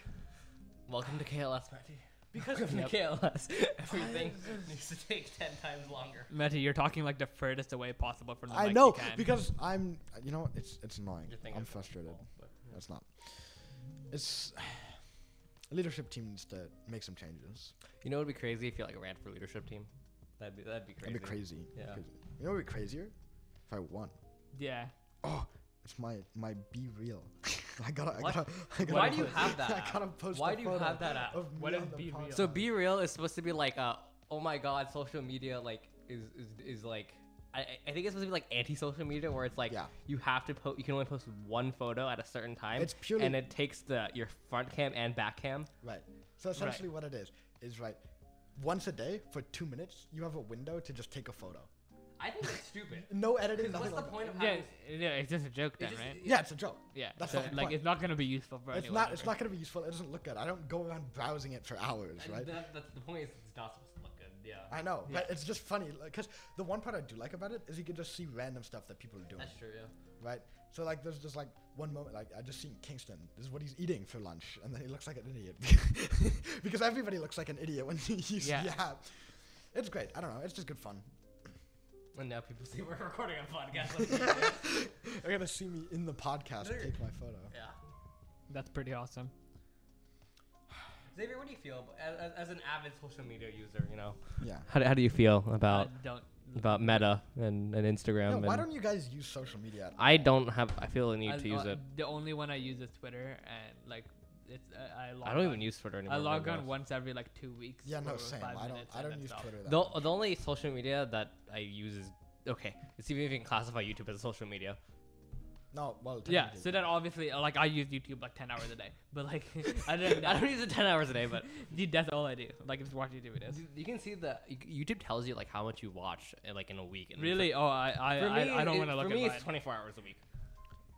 Welcome to KLS, Matty.
because
Welcome
of
to KLS. [LAUGHS]
[LAUGHS]
Everything needs to take ten times longer.
Matty, you're talking like the furthest away possible from the
I
mic
know
you can.
because I'm. You know what? It's it's annoying.
Your thing
I'm
is
frustrated.
full, but, yeah.
That's not. It's [SIGHS] leadership team needs to make some changes.
You know, it'd be crazy if you like ran for leadership team. That'd be that'd be crazy.
That'd be crazy.
Yeah.
Crazy. You know what would be crazier? If I won.
yeah.
Oh, it's my my be real. [LAUGHS] I gotta. I
What?
gotta, I gotta
Why do you
post-
have
[LAUGHS]
that
I gotta post.
Why
a
do you
photo
have that app?
Of
What
me
is
on the
Be Real?
podcast.
So be real is supposed to be like, uh, oh my god, social media like is is, is like. I, I- I think it's supposed to be like anti-social media, where it's like
Yeah.
you have to post, you can only post one photo at a certain time,
It's purely-
and it takes the your front cam and back cam.
Right. So essentially, what it is is right. Once a day for two minutes, you have a window to just take a photo.
I think it's stupid.
[LAUGHS] No editing.
What's
nothing
the
like
point of
Yeah,
having?
yeah, it's just a joke then,
just-
right?
that. Yeah, it's a joke.
Yeah,
that's
so,
the whole
like
point.
it's not gonna be useful for
It's
anyone.
not. It's
ever.
not gonna be useful. It doesn't look good. I don't go around browsing it for hours, right?
That, that's the point. Is it's not supposed to look good. Yeah,
I know, but it's just funny because the one part I do like about it is you can just see random stuff that people are doing,
that's true. Yeah.
right? So like, there's just like one moment, like I just seen Kingston. This is what he's eating for lunch, and then he looks like an idiot [LAUGHS] because everybody looks like an idiot when you use
Yeah.
the app. It's great. I don't know. It's just good fun.
And now people see we're [LAUGHS] recording a podcast.
They're gonna see me in the podcast
There-
take my photo.
yeah.
That's pretty awesome.
Xavier, what do you feel as, as, as an avid social media user? You know,
Yeah.
how do, how do you feel about
I don't.
about Meta and, and Instagram?
No, why
and-
don't you guys use social media? at all?
I don't have. I feel the need
I-
to use
uh,
it.
The only one I use is Twitter, and like it's uh, I log.
I don't
on.
even use Twitter anymore.
I
to
log
be
on
honest.
once every like two weeks.
Yeah, no,
for
same.
five
I don't.
minutes,
I
and
don't use
that's all.
Twitter. That much.
The, the only social media that I use is okay. It's even if you can classify YouTube as social media.
No, well.
Yeah,
technically.
so then obviously, uh, like I use YouTube like ten hours a day, [LAUGHS] but like I don't.
I don't use it ten hours a day, but [LAUGHS]
Dude, that's all I do. Like, just watch YouTube videos.
you can see the YouTube tells you like how much you watch uh, like in a week. And
Really? Oh, I I,
For
I,
me,
I don't
it-
want to look
for
at
me,
mine.
it's twenty four hours a week.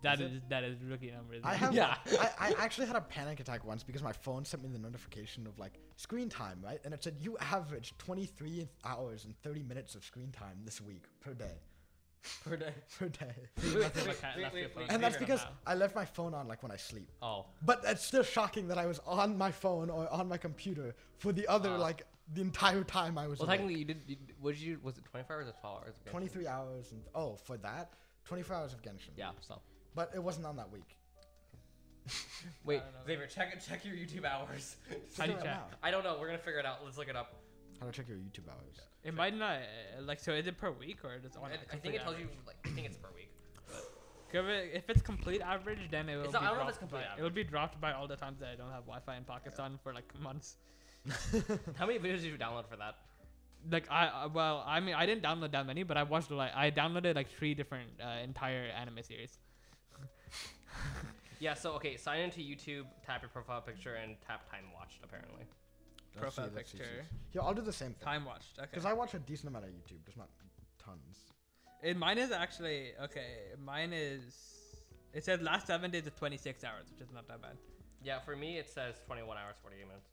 That
Is
is,
it?
that is rookie numbers.
I have.
Yeah.
I, I actually had a panic attack once because my phone sent me the notification of like screen time, right? And it said you average 23 hours and 30 minutes of screen time this week per day,
[LAUGHS] Per day.
per day.
[LAUGHS] That's my cat- that's your phone.
And that's
Figure
because
them out.
I left my phone on like when I sleep.
Oh.
But it's still shocking that I was on my phone or on my computer for the other
Ah.
like the entire time I was.
Well,
awake.
technically, you did. You, what did you? Was it twenty four hours or twelve hours? Okay.
23 hours and oh for that 24 hours of Genshin.
Yeah. So.
But it wasn't on that week.
Wait,
know.
Xavier, check check your YouTube hours. [LAUGHS]
How do you
Figure it
check?
out.
I don't know. We're gonna figure it out. Let's look it up.
How to check your YouTube hours?
It might not uh, like so. Is it per week or does on? a
I, I think
complete
it tells you
average?
like I think it's per week.
Give it- If it's complete average, then it will
It's
be
not- I don't know if
dropped
it's complete
by. It will be dropped by all the times that I don't have Wi-Fi in Pakistan for like months.
[LAUGHS] How many videos did you download for that?
Like I I- well, I mean, I didn't download that many, but I watched like I downloaded like three different uh, entire anime series.
Yeah. So okay, sign into YouTube, tap your profile picture, and tap time watched. Apparently.
Let's
Profile
let's
picture.
let's Yeah, I'll do the same thing.
Time watched. Okay.
Because I watch a decent amount of YouTube, just not tons.
It, mine is actually okay. Mine is. It says last seven days is 26 hours, which is not that bad.
Yeah. For me, it says twenty one hours forty eight minutes.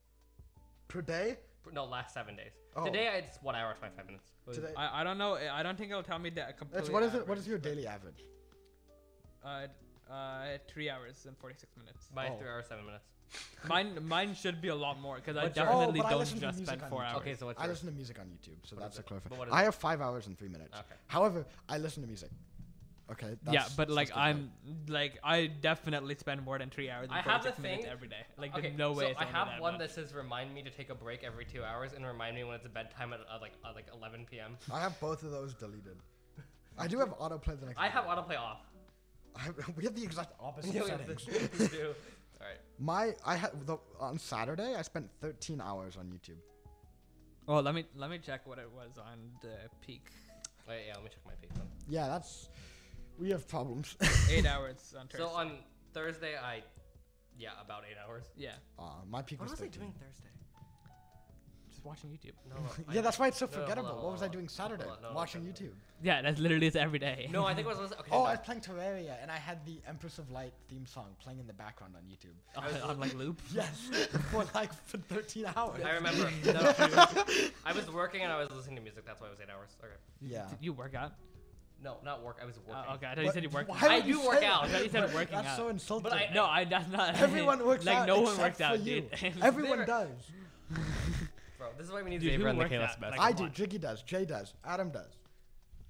Per day?
For- No, last seven days.
Oh.
Today it's one hour twenty five minutes.
Today.
I, I don't know. I don't think it'll tell me that completely.
That's what is it? What is your daily average?
Uh, uh, three hours and 46 minutes.
By
Oh.
three hours seven minutes.
Mine, mine should be a lot more because I
What's your-
definitely
Oh, but I
don't
listen to
just
music
spend
on
four
YouTube.
hours.
Okay, so what's
I
yours?
listen to music on YouTube, so
What
that's
is
a
it?
clarification.
But what is
I
it?
have five hours and three minutes.
Okay.
However, I listen to music. Okay. That's,
yeah, but
that's
like
good.
I'm like I definitely spend more than three hours. And
I have the
46 minutes
thing-
every day. Like
okay,
there's no way. it's
So I
only
have
that
one
much.
that says remind me to take a break every two hours and remind me when it's bedtime at uh, like uh, like 11 p.m.
I have both of those deleted. I do have autoplay the next.
I have
day.
autoplay off.
I- we have [LAUGHS] the exact opposite
Yeah, we have
settings.
[LAUGHS] this- we do. All right.
My I had the, on Saturday I spent 13 hours on YouTube.
Oh, let me let me check what it was on the peak.
Wait, yeah, let me check my pizza.
Yeah, that's we have problems. [LAUGHS]
Eight hours on Thursday.
So on Thursday, I, yeah, about eight hours.
yeah,
Aw, Ah, my peak was 13.
Thursday?
just watching YouTube.
No,
[LAUGHS] Yeah, that's why it's so
No, no, hold
forgettable.
on,
what
hold
was I
on.
doing Saturday?
Hold on, no, no,
Watching
no, no.
YouTube.
Yeah, that's literally it's every day. [LAUGHS]
No, I think it was.
[LAUGHS]
Okay,
Oh,
no.
I was playing Terraria and I had the Empress of Light theme song playing in the background on YouTube.
I was-
on, on, like loop.
Yes, [LAUGHS] for like for 13 hours.
I remember. [LAUGHS]
[LAUGHS]
No, I was working and I was listening to music. That's why it was eight hours. Okay.
Yeah.
Did you work out?
No, not work. I was working.
Uh, okay, I thought you said you worked.
I
why would
do
you
work
say [LAUGHS]
out.
that?
I thought you said
But
working
That's
out.
so insulting.
I-
No, I that's
[LAUGHS]
not. [LAUGHS]
Everyone works
like
out.
no one
except
works
for
out,
you.
dude. [LAUGHS]
Everyone
There-
does.
Bro, this is why we need
Dude,
Xavier
who
and the
works
Kayla's
out?
best.
Like,
I
come
do.
on.
Jiggy does. Jay does. Adam does.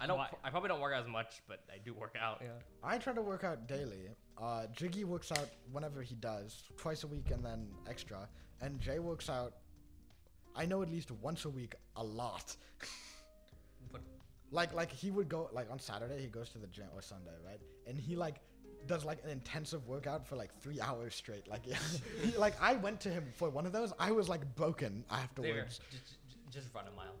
I don't.
Why?
I probably don't work out as much, but I do work out. Yeah.
I try to work out daily. Uh, Jiggy works out whenever he does, twice a week and then extra. And Jay works out, I know at least once a week, a lot.
But
[LAUGHS] like like he would go like on Saturday he goes to the gym or Sunday right, and he like does like an intensive workout for like three hours straight. Like [LAUGHS] yeah, he, like I went to him for one of those. I was like broken
Xavier,
afterwards.
just, just run a mile.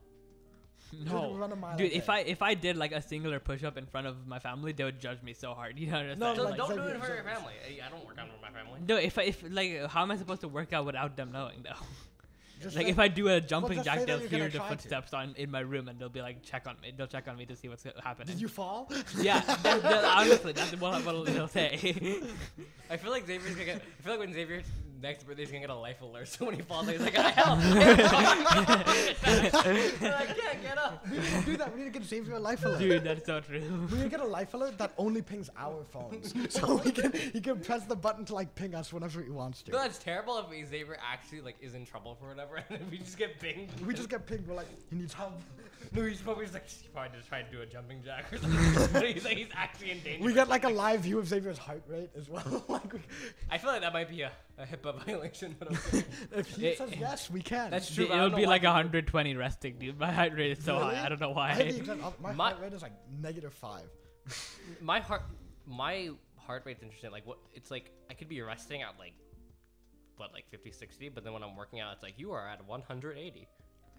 Just
No,
run a mile
dude.
a
If
day.
I if I did like a singular push up in front of my family, they would judge me so hard. [LAUGHS] You know what I'm
No, But,
saying?
Don't,
like,
don't do
Xavier-
it for your
Xavier-
family. I, I don't work out for my family.
No, if I, if like how am I supposed to work out without them knowing though? [LAUGHS]
Just
like
say-
if I do a jumping
just say
jack,
that
they'll
you're gonna
hear the
try to.
footsteps on in my room, and they'll be like check on me. They'll check on me to see what's happening.
did you fall? [LAUGHS]
yeah, that, that, honestly, that's what, what they'll say. [LAUGHS]
I feel like Xavier's gonna get. I feel like when Xavier's next birthday's gonna get a life alert. [LAUGHS] So when he falls, he's like, I [LAUGHS] help. [LAUGHS] I can't get up. [LAUGHS]
we need to do that. We need to get Xavier a life alert.
dude, that's so true.
We need to get a life alert that only pings our phones, [LAUGHS] so we can he can press the button to like ping us whenever he wants
No,
to.
that's terrible if Xavier actually like is in trouble for whatever, [LAUGHS] and then we just get binged.
We just get pinged. We're like, he needs help.
No, he's probably just like he probably just tried to do a jumping jack or something. [LAUGHS] but he's like he's actually in danger.
We get like a live view of Xavier's heart rate as well. [LAUGHS] like, we,
I feel like that might be a, a HIPAA [LAUGHS] violation, but okay.
if he
It-
says yes, we can.
That's true.
Dude,
but I don't
it'll
know
be
why
like
people-
120 resting, dude. My heart rate is so
Really?
high. I don't know
I
why.
think you said, uh, my,
My-
heart rate is like negative five.
My heart, my heart rate's interesting. Like what? It's like I could be resting at like, what, like 50, 60, but then when I'm working out, it's like you are at 180.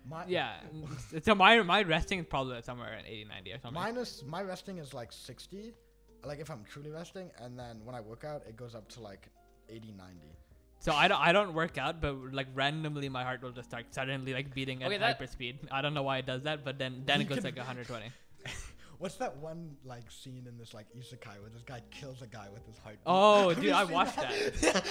My,
Yeah. n- So my my resting is probably somewhere around 80, 90 or something.
Minus my resting is like 60, like if I'm truly resting, and then when I work out, it goes up to like 80, 90.
so I don't I don't work out, but like randomly my heart will just start suddenly like beating at
Okay, that-
hyper speed. I don't know why it does that, but then then it
You
goes
can-
like 120.
What's that one like scene in this like isekai where this guy kills a guy with his heart?
Oh,
Have
dude,
you
I
seen
watched that.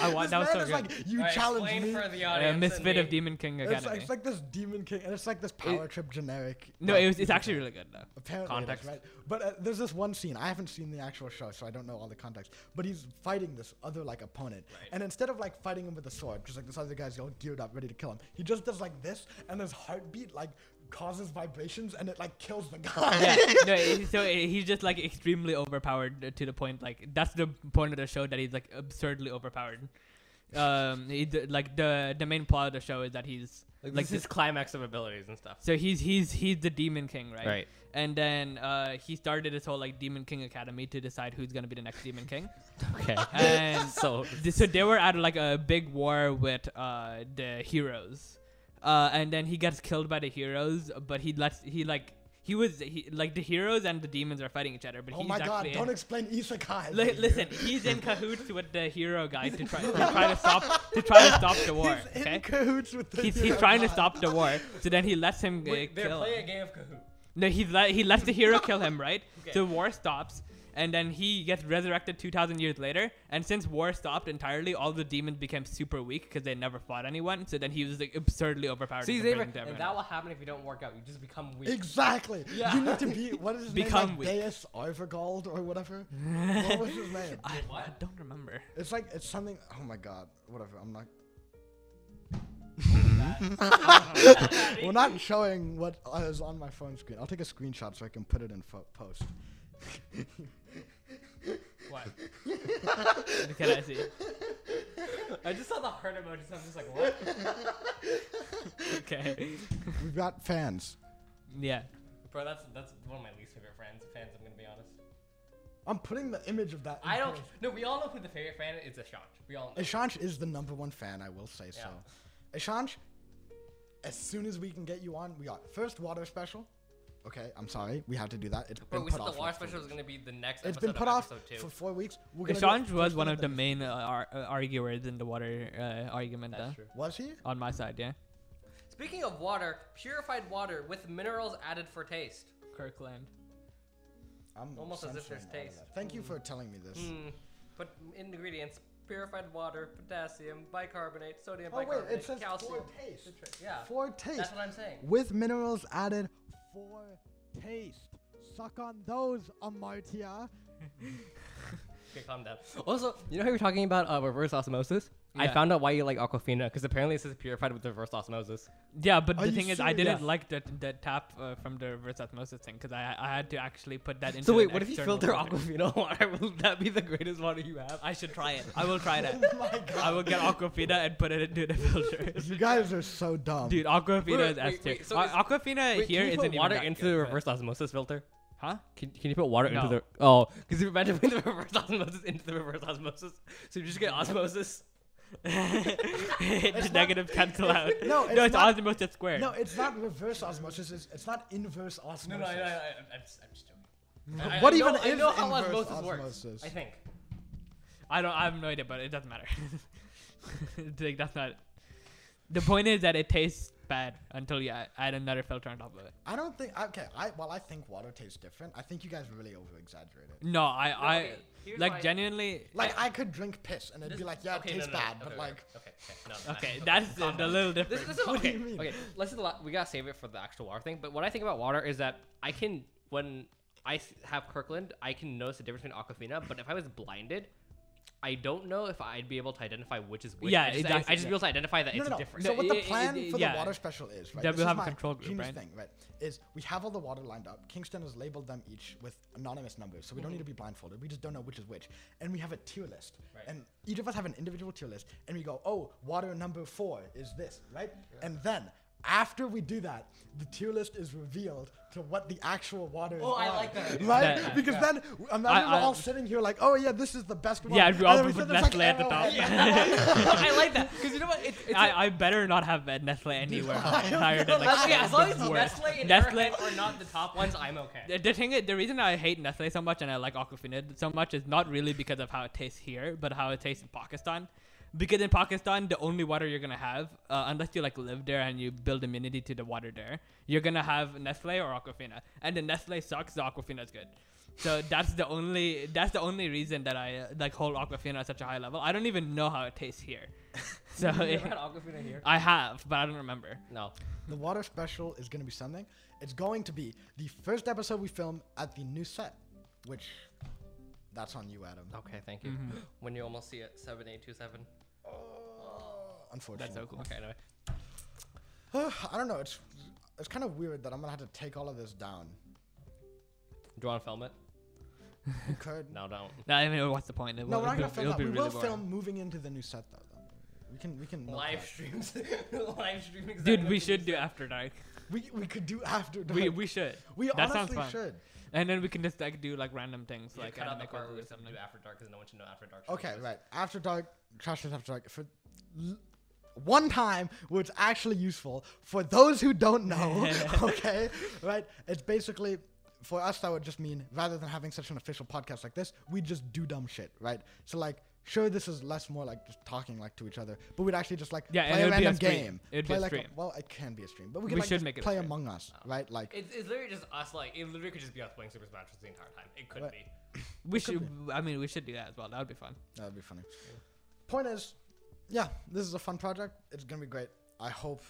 [LAUGHS]
I wa-
This
that was
man
so
is
good.
like you challenge me.
for the
Uh,
audience.
Misfit of Demon King
It's,
Academy.
like- it's like this demon king, and it's like this power trip generic.
no,
like,
it was, it's
isekai.
actually really good though.
Apparently,
Context.
context, right? But uh, there's this one scene. I haven't seen the actual show, so I don't know all the context. But he's fighting this other like opponent, and instead of like fighting him with a sword, because like this other guy's all geared up, ready to kill him, he just does like this, and his heartbeat like causes vibrations, and it like kills the guy.
[LAUGHS] yeah, no, it- so it- he's just like extremely overpowered to the point like that's the point of the show that he's like absurdly overpowered. Um, he, d- like the the main plot of the show is that he's like,
Like
this.
his climax of abilities and
[LAUGHS]
stuff.
So he's he's he's the demon king, right?
Right.
And then uh, he started his whole like demon king academy to decide who's gonna be the next demon king.
Okay.
And
so
th- [LAUGHS] so they were at like a big war with uh, the heroes, uh, and then he gets killed by the heroes. But he lets he like he was he, like the heroes and the demons are fighting each other. But
Oh
he's
my god!
actually
Don't
in-
explain isekai.
Li- listen, he's in cahoots with the hero guy to try to try to stop to try to stop
[LAUGHS]
the war.
He's in
Okay.
cahoots with the.
He's,
hero
he's trying to
god.
stop the war, so then he lets him uh,
they're
kill.
playing
him.
a game of Kahoot.
No, he's let he lets the hero kill him, right?
[LAUGHS] Okay.
So war stops, and then he gets resurrected two thousand years later. And since war stopped entirely, all the demons became super weak because they never fought anyone. So then he was like absurdly overpowered.
See,
and
Xavier,
compared
and
to everyone
that will
else.
happen if you don't work out. You just become weak.
Exactly.
Yeah.
You need to be what is his
Become
name? Like
weak.
Deus Overgold or whatever.
[LAUGHS]
what was his name?
I,
What?
I don't remember. [LAUGHS]
It's like it's something. Oh my god! Whatever. I'm not. We're not showing what is on my phone screen. I'll take a screenshot so I can put it in fo- post.
What?
Can I see?
I just saw the heart emoji. So I'm just like, what?
Okay.
We've got fans.
Yeah.
[LAUGHS] Bro, that's that's one of my least favorite friends. Fans, I'm gonna be honest.
I'm putting the image of that. in
I don't.
post.
No, we all know who the favorite fan is. It's Ashanch. We all know.
Ashanch is the number one fan. I will say so. Ashanch, as soon as we can get you on, we got first water special. Okay, I'm sorry. We have to do that. It's
Bro,
been
we
put
said
off.
the
for
water
four
special was
weeks.
gonna be the next.
It's
episode
been put
of
off
episode two.
for four weeks. We're gonna do it
Assange was
first
one of the
them.
main uh, ar- uh, arguers in the water uh, argument
That's
uh,
true.
Was he?
on my side. Yeah.
Speaking of water, purified water with minerals added for taste.
Kirkland.
I'm
Almost as if
censoring
there's
all of
taste.
that. Thank you for telling me this.
Hmm. Put in ingredients: purified water, potassium, bicarbonate, sodium
Oh wait,
bicarbonate,
it says
calcium.
for taste.
citrate. Yeah.
For taste.
That's what I'm saying.
With minerals added for taste. Suck on those, Amartya.
Okay, calm down. Also, you know how you're talking about uh, reverse osmosis? I
Yeah.
found out why you like Aquafina because apparently this is purified with reverse osmosis.
Yeah, but
Are
the
you
thing is, I
serious?
didn't
Yeah.
like the the tap uh, from the reverse osmosis thing because I I had to actually put that into.
so wait,
an
what if you
external
filter
filter.
Aquafina water? [LAUGHS] Will that be the greatest water you have?
I should try it. I will try that.
[LAUGHS] Oh my
I
god.
will get Aquafina and put it
[LAUGHS]
into the filter.
You guys are so dumb.
Dude, Aquafina
Wait, wait,
is S
wait,
tier.
wait, so
Aqu-
is-
Aquafina
[LAUGHS] Wait,
here
can you
isn't
put
even
water
that
into
good,
the
but-
reverse osmosis [LAUGHS] filter?
Huh?
Can, can you put water into
No.
the
[LAUGHS]
oh? [LAUGHS] Because you imagine putting the [LAUGHS] reverse osmosis into the reverse osmosis, so you just get osmosis.
it's
not- [LAUGHS]
negative cancel out.
No, it's
no, it's
not-
osmosis squared.
No, it's not reverse osmosis. It's, it's not inverse osmosis.
I'm just, I'm just joking. I,
What
I
even
know, I
is
know how
inverse
osmosis, works.
osmosis?
I think.
I don't. I have no idea, but it doesn't matter. [LAUGHS] like that's not. The point is that it tastes bad until you a- add another filter on top of it.
I don't think. Okay, I well, I think water tastes different. I think you guys really over exaggerate it.
No, I, I,
okay, here's
like
why- [LAUGHS]
genuinely.
Like I could drink piss and it'd
This-
be like, yeah,
okay,
it tastes
no, no, no,
bad,
okay,
but
okay,
like,
okay, okay, no, no, no,
Okay,
okay,
that's
calm
the
down.
little
This,
difference.
this is
What do
okay.
you mean?
Okay, this is the la- we gotta save it for the actual water thing. But what I think about water is that I can when I s- have Kirkland, I can notice the difference between Aquafina. But if I was blinded, I don't know if I'd be able to identify which is which.
Yeah,
I just, I-
exactly,
I, just be
yeah.
able to identify that
no,
it's
no, no.
different.
So
No,
what the
it- it-
plan
it-
for
yeah.
the water special is, right?
That
this
we'll
is
have a
my
control group,
genius
right?
thing, right? Is we have all the water lined up. Kingston has labeled them each with anonymous numbers, so we don't need to be blindfolded. We just don't know which is which, and we have a tier list, and each of us have an individual tier list, and we go, oh, water number four is this, right? And then. After we do that, the tier list is revealed to what the actual water is.
Oh, I
on,
like
Right?
that.
uh, Yeah.
because then imagine
I-
we're all sitting here like, oh yeah, this is the best one.
Yeah,
and
we all
then
put
sit there, it's
Nestle
like,
at the
"Oh,
top.
[LAUGHS] yeah."
[LAUGHS] I like that because you know what? It, it's
I, I better not have a Nestle anywhere higher than like.
[LAUGHS] Nestle, as long as
the worst.
Nestle and
Nestle-
Nestle are not the top ones,
[LAUGHS]
I'm okay.
The, the thing, is, the reason I hate Nestle so much and I like Aquafina so much is not really because of how it tastes here, but how it tastes in Pakistan. Because in Pakistan, the only water you're gonna have, uh, unless you like live there and you build immunity to the water there, you're gonna have Nestle or Aquafina. And the Nestle sucks, the Aquafina is good. So that's the only that's the only reason that I uh, like hold Aquafina at such a high level. I don't even know how it tastes here. So it,
Aquafina here?
I have, but I don't remember.
No.
The water special is going to be something. It's going to be the first episode we film at the new set, which that's on you, Adam.
Okay, thank you.
Mm-hmm.
When you almost see it, seven eight two seven.
Oh, Unfortunately,
Oh. That's so cool.
Okay, anyway.
[SIGHS] I don't know. It's it's kind of weird that I'm gonna have to take all of this down.
Do you want to film it?
We
[LAUGHS]
could.
No, don't.
No, I mean, what's the point? It
No,
will-
we're not gonna
it'll-
film that.
it'll be
we
really
will
boring.
film moving into the new set though. though. We can we can milk
Live
that.
streams. [LAUGHS] Live streaming.
Dude, we should do After Dark.
We we could do after.
We,
[LAUGHS] dark.
we should.
we
that sounds
honestly
fun.
should.
And then we can just like do like random things
Like,
like
cut out
anime
the part
quizzes
where we
or
said
something.
do after dark because no one should know after dark.
Okay, right. After dark, trash is after dark. For l- one time where it's actually useful for those who don't
[LAUGHS]
know, [LAUGHS] okay, right? It's basically for us that would just mean rather than having such an official podcast like this, we just do dumb shit, right? So like. Sure, this is less more like just talking like to each other, but we'd actually just like
Yeah, and
play
it
a
would be a
random
stream.
game.
It would be
play
a
like
stream.
well, it can be a stream, but we, could
We
like
should
just
make it a
play
stream.
Among Us, right? Like
It's, it's literally just us. Like it literally could just be us playing Super Smash Bros. the entire time. It could
Right.
be.
We should. I mean, we should do that as well. That would be fun.
That'd be funny. Point is, yeah, this is a fun project. It's gonna be great. I hope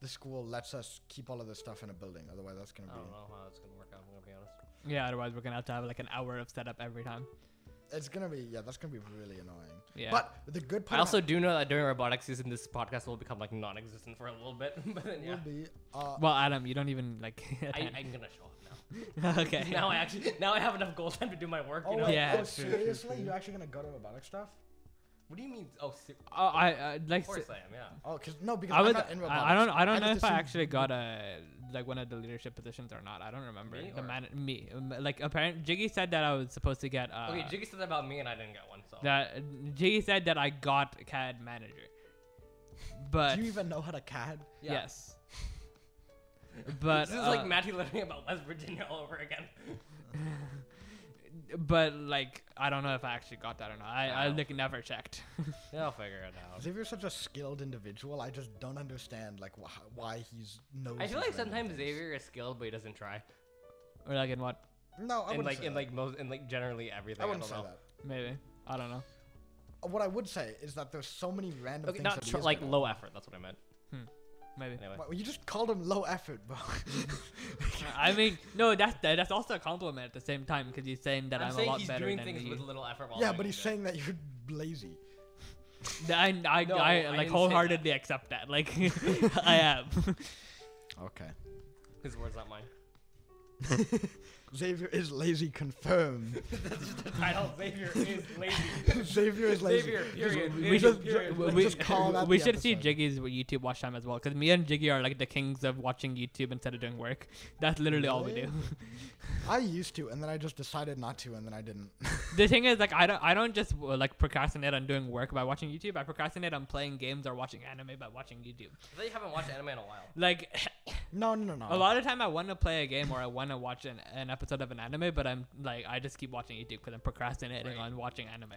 the school lets us keep all of this stuff in a building. Otherwise, that's gonna
I
be
don't know how it's gonna work out. I'm gonna be honest.
Yeah. Otherwise, we're gonna have to have like an hour of setup every time.
it's gonna be yeah, that's gonna be really annoying.
Yeah.
But the good
I
part
also do know that during robotics season, this podcast will become like non-existent for a little bit. [LAUGHS] but then,
will
yeah,
be uh,
Well, Adam, you don't even like. [LAUGHS]
I, I'm gonna show up now.
okay.
Now I actually now I have enough gold time to do my work.
oh,
You know.
wait,
Yeah,
oh,
true, true,
seriously,
true.
you're actually gonna go to robotic stuff?
What do you mean? Oh, se-
Uh, I I like.
of course
s-
I am. Yeah.
Oh, cause no, because
I
I'm
would.
not in robotics.
I I don't. I don't know
just
if I
assumed-
actually got a like one of the leadership positions or not. I don't remember.
Me
the
or-
man, me. Um, Like apparent. Jiggy said that I was supposed to get. Uh,
Okay, Jiggy said that about me, and I didn't get one. So
That Jiggy said that I got CAD manager. But
Do you even know how to CAD?
Yeah. [LAUGHS]
yes. But
this is
uh,
like Matthew learning about West Virginia all over again.
but like I don't know if I actually got that or not. I, I
Wow.
like never checked. [LAUGHS]
Yeah, I'll figure it out.
Xavier's such a skilled individual. I just don't understand like wh- why he's no.
I feel like sometimes Xavier is skilled, but he doesn't try.
or like in what?
No, I
and
wouldn't
like
say
in
that.
like most and like generally everything.
I wouldn't
don't
say
know.
that.
Maybe I don't know.
What I would say is that there's so many random
Okay,
things
not
that he
tr-
is
like
good at.
low effort. That's what I meant.
Maybe.
Anyway.
Well, you just called him low effort, bro. [LAUGHS]
I mean, no, that's that's also a compliment at the same time because he's saying that
I'm
I'm, a
saying
lot
he's
better
doing
than
things
you.
with little effort. While
yeah,
doing
but he's
it.
saying that you're lazy.
Th- [LAUGHS] I, I,
No, I
I,
didn't say
like
that.
wholeheartedly accept that.
[LAUGHS]
Like, [LAUGHS] I am.
Okay.
his words,
[LAUGHS]
not mine.
Xavier is lazy, confirmed. [LAUGHS]
the title Xavier is lazy.
Xavier is lazy.
Xavier,
Just-
period.
we
we
period,
just-
period.
we-
we
just call that
we
the
should see
episode.
Jiggy's YouTube watch time as well, because me and Jiggy are like the kings of watching YouTube instead of doing work. [LAUGHS] That's literally all we do.
Really? I used to, and then I just decided not to, and then I didn't. [LAUGHS]
the thing is, like, I don't, I don't just uh, like procrastinate on doing work by watching YouTube. I procrastinate on playing games or watching anime by watching YouTube.
They haven't watched anime in a while.
Like, [LAUGHS]
No, no, no, no.
a
Oh.
lot of time I want to play a game or I want to watch an, an episode of an anime, but I'm like, I just keep watching YouTube because I'm procrastinating
Right.
on watching anime.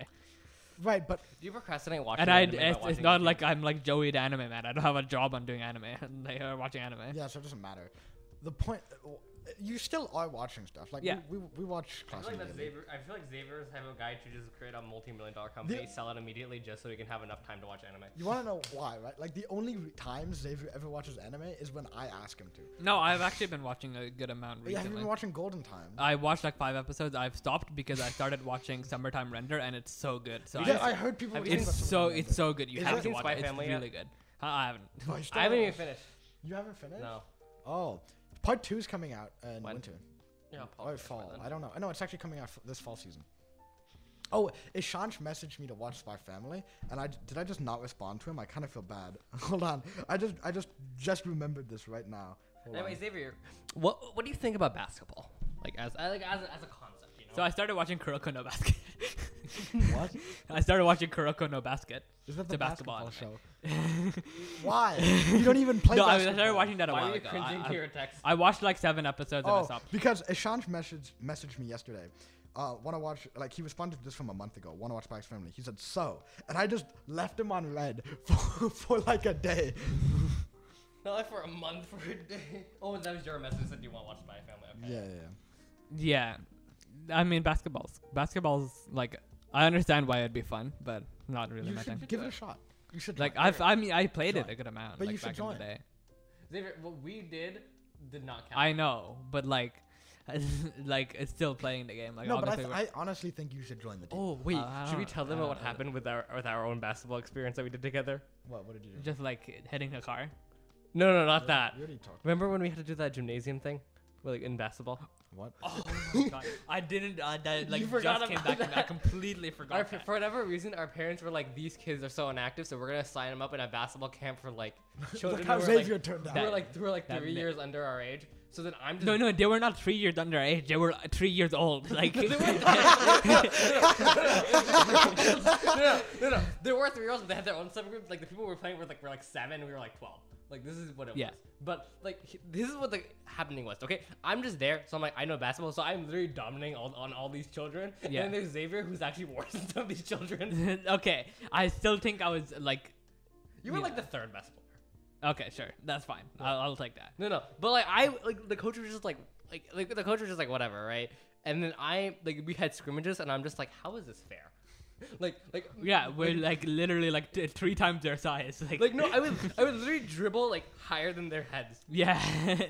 Right, but
Do you procrastinate watching?
And I,
anime by
it's, it's
watching
not
YouTube?
like I'm like Joey the anime man. I don't have a job on doing anime. [LAUGHS] like, or watching anime.
yeah, so it doesn't matter. The point, uh, you still are watching stuff. Like
Yeah.
we, we, we watch
I
Class
feel like
of
that's
Daily.
Xavier. I feel like Xavier's type of guy to just create a multi-million dollar company, sell it immediately, just so he can have enough time to watch anime.
You want to know why, right? Like the only re- times Xavier ever watches anime is when I ask him to.
No, I've actually been watching a good amount
Yeah, have you
recently. Uh,
been watching Golden Time?
I watched like five episodes. I've stopped because I started watching Summertime Render, and it's so good. So
yeah,
I,
I heard people.
have-
talking
it's
about
so
something like
it's so good. You
Is
have
it-
to
Seen
watch
Spy
it. It's
Family
really good. Huh, I haven't. [LAUGHS]
that. Oh, you still
I haven't even
haven't-
finished.
You haven't finished?
No.
Oh, part two's coming out uh, in
When?
winter
Yeah,
or
probably by
fall.
then.
I don't know. No, it's actually coming out f- this fall season. Oh, Ishanch messaged me to watch Spy Family, and I did I just not respond to him? I kind of feel bad. [LAUGHS] Hold on, I just I just just remembered this right now. Hold on.
Anyway, Xavier, what what do you think about basketball? Like as I- like as, a- as a concept, you know.
So I started watching Kuroko no Basket. [LAUGHS]
what
I started watching Kuroko no Basket.
is that?
It's
The
a basketball
basketball,
[LAUGHS]
show. Why? Oh, You don't even play
no, I, mean, I
basketball.
started watching that a
Why
while
are you
ago. I,
cringing to
I-
your text?
I watched like seven episodes and I
Oh,
stopped.
because Ishanch messaged messaged me yesterday. Uh, want to watch? Like he responded to this from a month ago. Want to watch Black's Family? He said so, and I just left him on red [LAUGHS] for, for like a day.
Not like for a month for a day. [LAUGHS] Oh, that was your message that you want to watch Spy Family. Okay.
Yeah, yeah, yeah.
Yeah, I mean basketballs. Basketballs like I understand why it'd be fun, but not really
you
my
should
thing.
give it a shot. You should
Like
try it.
I've, I mean, I played it
Join.
a good amount,
But
like
you should
back in
join.
the day.
Xavier, what we did did not count.
I know, but like, [LAUGHS] like it's still playing the game. Like,
no, but I,
obviously we're-
I honestly think you should join the team.
Oh wait,
Uh, I
should we
don't-
tell them
I
about what
don't know.
happened with our with our own basketball experience that we did together?
What? What did you do?
just like hitting a car.
No, no, not that.
You already talked.
Remember when we had to do that gymnasium thing, like in [LAUGHS] basketball?
What?
Oh my god! I didn't. Uh, that like
You forgot
just came
about
back. to me. I
that.
completely forgot.
Our,
that.
for whatever reason, our parents were like, "These kids are so inactive, so we're gonna sign them up in a basketball camp
[LAUGHS]
for like children
Look how
who are
Xavier
like,
turned out.
who are
That-
like who are like
that
three
mi-
years under our age." So then I'm just
no, no, they were not three years underage. They were uh, three years old.
[LAUGHS]
Like, [LAUGHS]
no, [LAUGHS] no, no, no. There were three year olds, but they had their own subgroups. Like the people we were playing with, like were like seven, we were like twelve. Like this is what it
Yeah.
was. But like h- this is what the happening was. Okay, I'm just there, so I'm like I know basketball, so I'm literally dominating all, on all these children.
Yeah.
And then there's Xavier, who's actually [LAUGHS] worse than some of
[LAUGHS]
these children.
okay, I still think I was like,
You were
Yeah.
like the third best player.
okay, sure, that's fine. I'll, I'll take that.
No, no. But like I like the coach was just like like like the coach was just like whatever, right? And then I like we had scrimmages, and I'm just like, how is this fair? [LAUGHS] Like like
Yeah, we're like literally like t- three times their size. Like,
like no, I would I would literally dribble like higher than their heads.
Yeah,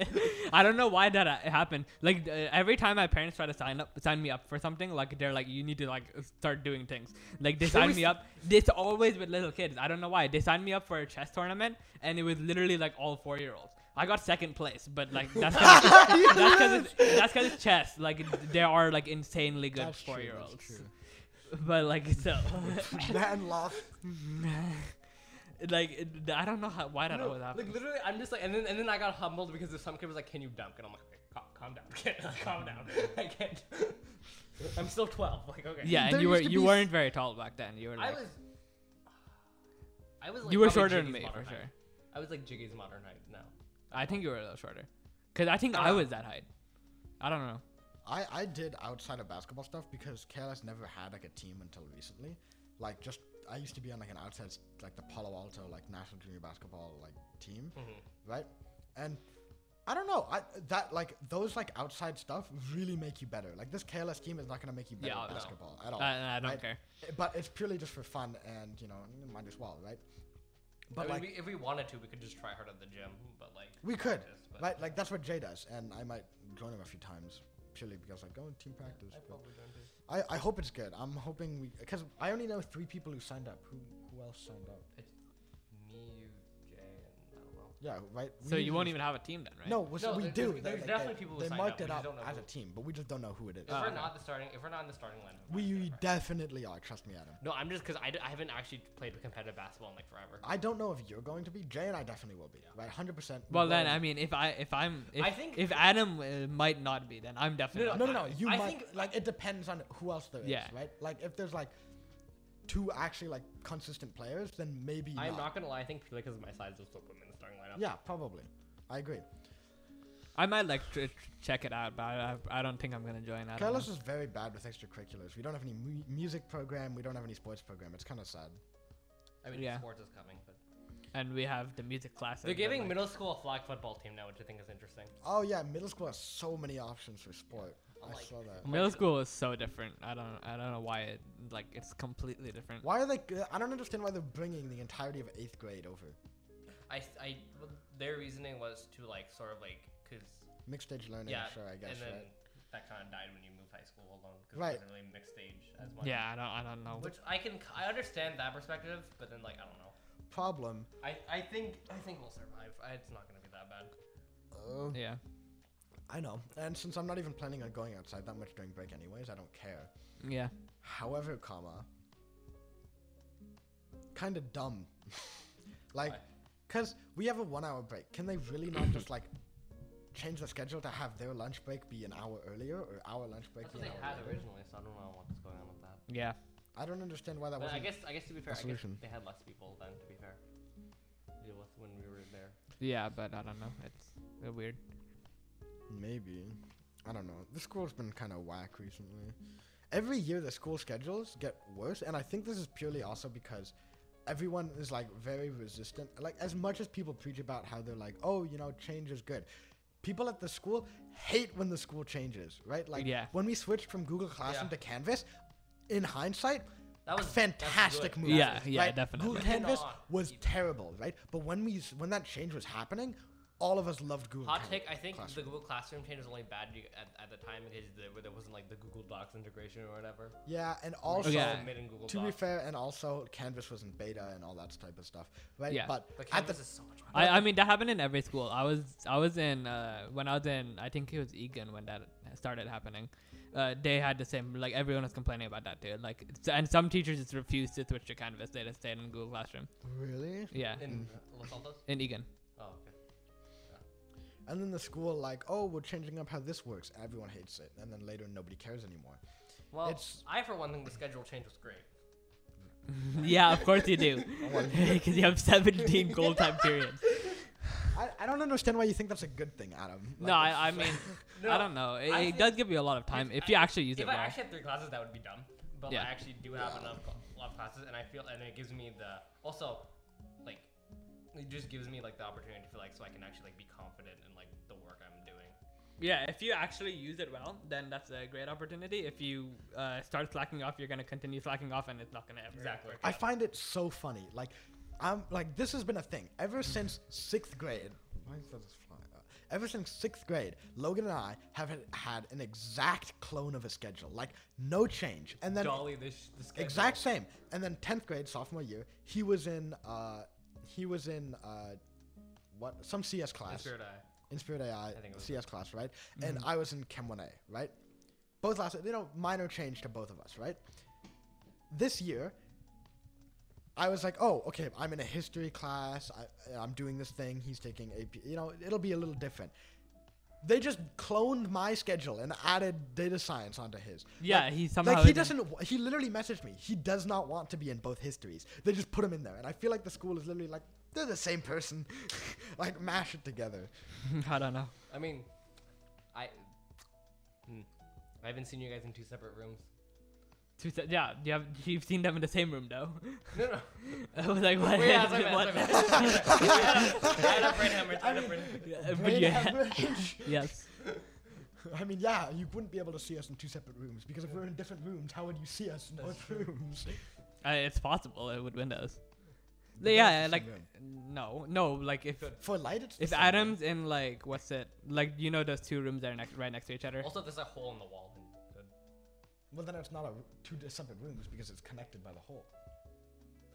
[LAUGHS] I don't know why that uh, happened. Like uh, every time my parents try to sign up, sign me up for something, like they're like, you need to like start doing things. Like they sign
was-
me up. It's always with little kids. I don't know why. They signed me up for a chess tournament, and it was literally like all four year olds. I got second place, but like that's cause
[LAUGHS]
it's, that's because it's, that's 'cause it's chess. Like there are like insanely good
That's true,
four year
Oh, that's
olds,
true.
[LAUGHS]
[LAUGHS]
but like so, [LAUGHS]
Man lost.
like it- I don't know how, why that
No,
always happened.
Like literally, I'm just like, and then and then I got humbled because if some kid was like, "Can you dunk?" and I'm like, "Cal- "Calm down, [LAUGHS] kid. calm down. I can't. [LAUGHS] I'm still 12. Like, okay.
Yeah,
There
and you were
used to
you
be s-
weren't very tall back then. You were
I
like
was. I was. Like,
you were
probably
shorter than
Jiggy's
me for
modern height.
sure.
I was like Jiggy's modern height now.
I think you were a little shorter, cause I think
Ah.
I was that height. I don't know.
I, I did outside of basketball stuff because KLS never had like a team until recently. Like just I used to be on like an outside s- like the Palo Alto like national junior basketball like team,
Mm-hmm.
right? And I don't know. I that like those like outside stuff really make you better. Like this KLS team is not gonna make you better
Yeah,
at
no.
basketball
Uh,
at all.
I, I don't
right?
care.
But it's purely just for fun and you know you might as well, right? But
I mean,
like
we, if we wanted to, we could just try hard at the gym. But like,
we could,
practice, but
right? Like that's what Jay does, and I might join him a few times purely because I go in team practice.
I
but
probably don't do.
I, I hope it's good. I'm hoping we because I only know three people who signed up. Who who else signed up?
Me, you, Jay, and I don't know.
Yeah, right. We
So
need
you
to
won't
just-
even have a team then, right?
No, we- so
No,
we
there-
do.
there's-
They-
there's
they-
definitely
they,
people who
They
signed up,
marked
we
it
just
up
don't know
as a
who.
team, but we just don't know who it is.
If
Ah,
we're
okay.
not the starting, if we're not in the starting lineup, we're not
we
gonna try.
definitely are. Trust me, Adam.
No, I'm just because I, d- I haven't actually played competitive basketball in like forever.
I don't know if you're going to be. Jay and I definitely will be. Right, hundred percent.
Well then, I mean, if I if I'm if,
I think-
if Adam uh, might not be, then I'm definitely
No,
not
no, no.
Adam.
You
I
might
think-
like it depends on who else there is,
Yeah.
right? Like if there's like two actually like consistent players, then maybe.
I'm not gonna lie. I think purely because of my size, they'll still put me in the starting lineup.
Yeah, probably. I agree.
I might like tr- tr- check it out, but I, I I don't think I'm gonna join. Adam.
Carlos is very bad with extracurriculars. We don't have any mu- music program. We don't have any sports program. It's kind of sad.
I mean,
Yeah.
sports is coming, but
and we have the music class.
they're
and then,
giving
like-
middle school a flag football team now, which I think is interesting.
Oh yeah, middle school has so many options for sport.
I
I
like-
saw that.
middle school is so different. I don't I don't know why it like it's completely different.
Why are they? I don't understand why they're bringing the entirety of eighth grade over.
I, s- I- well, their reasoning was to like sort of like because
Mixed stage learning,
yeah,
sure, I guess,
and then
right?
that kind of died when you moved high school alone because
Right.
it wasn't really mixed stage as much.
Yeah, I don't I don't know.
which I can c- I understand that perspective, but then like I don't know.
Problem.
I, I think I think we'll survive. I, it's not gonna be that bad.
Uh,
yeah,
I know. And since I'm not even planning on going outside that much during break, anyways, I don't care.
yeah.
However, comma. Kind of dumb. [LAUGHS] like,
Why?
because we have a one hour break. Can they really not just, like, change the schedule to have their lunch break be an hour earlier or our lunch break
That's
be
what
an
they
hour
had
later?
originally, so I don't know what's going on with that.
Yeah,
I don't understand why that
But I
wasn't.
guess I guess to be fair,
a
I guess
solution.
they had less people then. To be fair, to deal with when we were there.
yeah, but I don't know. It's uh, weird.
Maybe. I don't know. The school's been kind of whack recently. Every year, the school schedules get worse, and I think this is purely also because everyone is like very resistant. Like, as much as people preach about how they're like, oh, you know, change is good, people at the school hate when the school changes, right? Like,
Yeah.
when we switched from Google Classroom to
Yeah.
Canvas, in hindsight,
That was- that's
fantastic
good.
move.
Yeah, yeah,
right?
definitely.
Google Canvas
Cannot
was
even.
terrible, right? But when we s- when that change was happening, all of us loved Google.
Hot
Can-
take: I think
Classroom.
the Google Classroom change was only bad you- at, at the time because there, where there wasn't like the Google Docs integration or whatever.
Yeah, and also
Okay.
All made in Google
to be
Docs.
fair, and also Canvas was in beta and all that type of stuff, right?
Yeah.
But
But
at the
Canvas is so much better.
I, I mean that happened in every school. I was I was in uh, when I was in I think it was Egan when that started happening. Uh, they had the same like everyone was complaining about that too. Like s- and some teachers just refused to switch to Canvas. They just stayed in Google Classroom.
really,
Yeah,
in
Mm.
Los Altos.
in Egan.
Oh, okay.
and then the school like, oh, we're changing up how this works. Everyone hates it, and then later nobody cares anymore.
Well,
It's-
I for one think the schedule change was great.
[LAUGHS] yeah, of course you [LAUGHS] do, because you have [LAUGHS] 17 goal time periods.
I, I don't understand why you think that's a good thing, Adam.
No,
Like,
[LAUGHS] I, I mean, I
No,
don't know. It,
I
it
think-
does give you a lot of time if you actually use
if
it
I
well.
actually had three classes, that would be dumb. But
Yeah.
I actually do have enough a lot of classes, and I feel, and it gives me the also, like, it just gives me like the opportunity to feel like so I can actually like be confident in like the work I'm doing.
Yeah, if you actually use it well, then that's a great opportunity. If you uh, start slacking off, you're gonna continue slacking off, and it's not gonna ever
Exactly.
I find it so funny. Like, I'm like this has been a thing ever since sixth grade. Why is that just flying up? Ever since sixth grade, Logan and I have had- had an exact clone of a schedule, like no change. And then
Dolly, this the schedule.
Exact same. And then tenth grade, sophomore year, he was in uh, he was in uh, what some CS class,
Spirit Eye.
Inspired AI,
think it was- Mm-hmm.
CS class, right? And I was in Chem 1A, right? Both last, you know, minor change to both of us, right? This year, I was like, oh, okay, I'm in a history class. I, I'm doing this thing. He's taking AP. You know, it'll be a little different. They just cloned my schedule and added data science onto his.
Yeah,
Like-
he somehow
like he
isn't-
doesn't. w- He literally messaged me. He does not want to be in both histories. They just put him in there, and I feel like the school is literally like they're the same person. [LAUGHS] like mash it together.
[LAUGHS] I don't know.
I mean, I. Hmm. I haven't seen you guys in two separate rooms. [LAUGHS]
Two se- yeah, you have you've seen them in the same room though. [LAUGHS]
No, no.
I was like, what?
Wait, yeah,
[LAUGHS]
sorry, man,
what-
sorry, man. I had a- [LAUGHS] I had a brain hemorrhage. I had a brain
[LAUGHS]
hemorrhage.
[LAUGHS] Yeah, but
Brain
yeah, [LAUGHS]
hemorrhage.
yes.
I mean, yeah, you wouldn't be able to see us in two separate rooms because if we're in different rooms, how would you see us in both rooms?
Uh, it's possible uh, with Windows. yeah,
That's
like
good.
no, no, like if
for light, it's the
if
same way.
Adams in like what's it like you know those two rooms that are next right next to each other.
Also, if there's a hole in the wall, then good.
Well, then it's not a two dis- separate rooms because it's connected by the hole.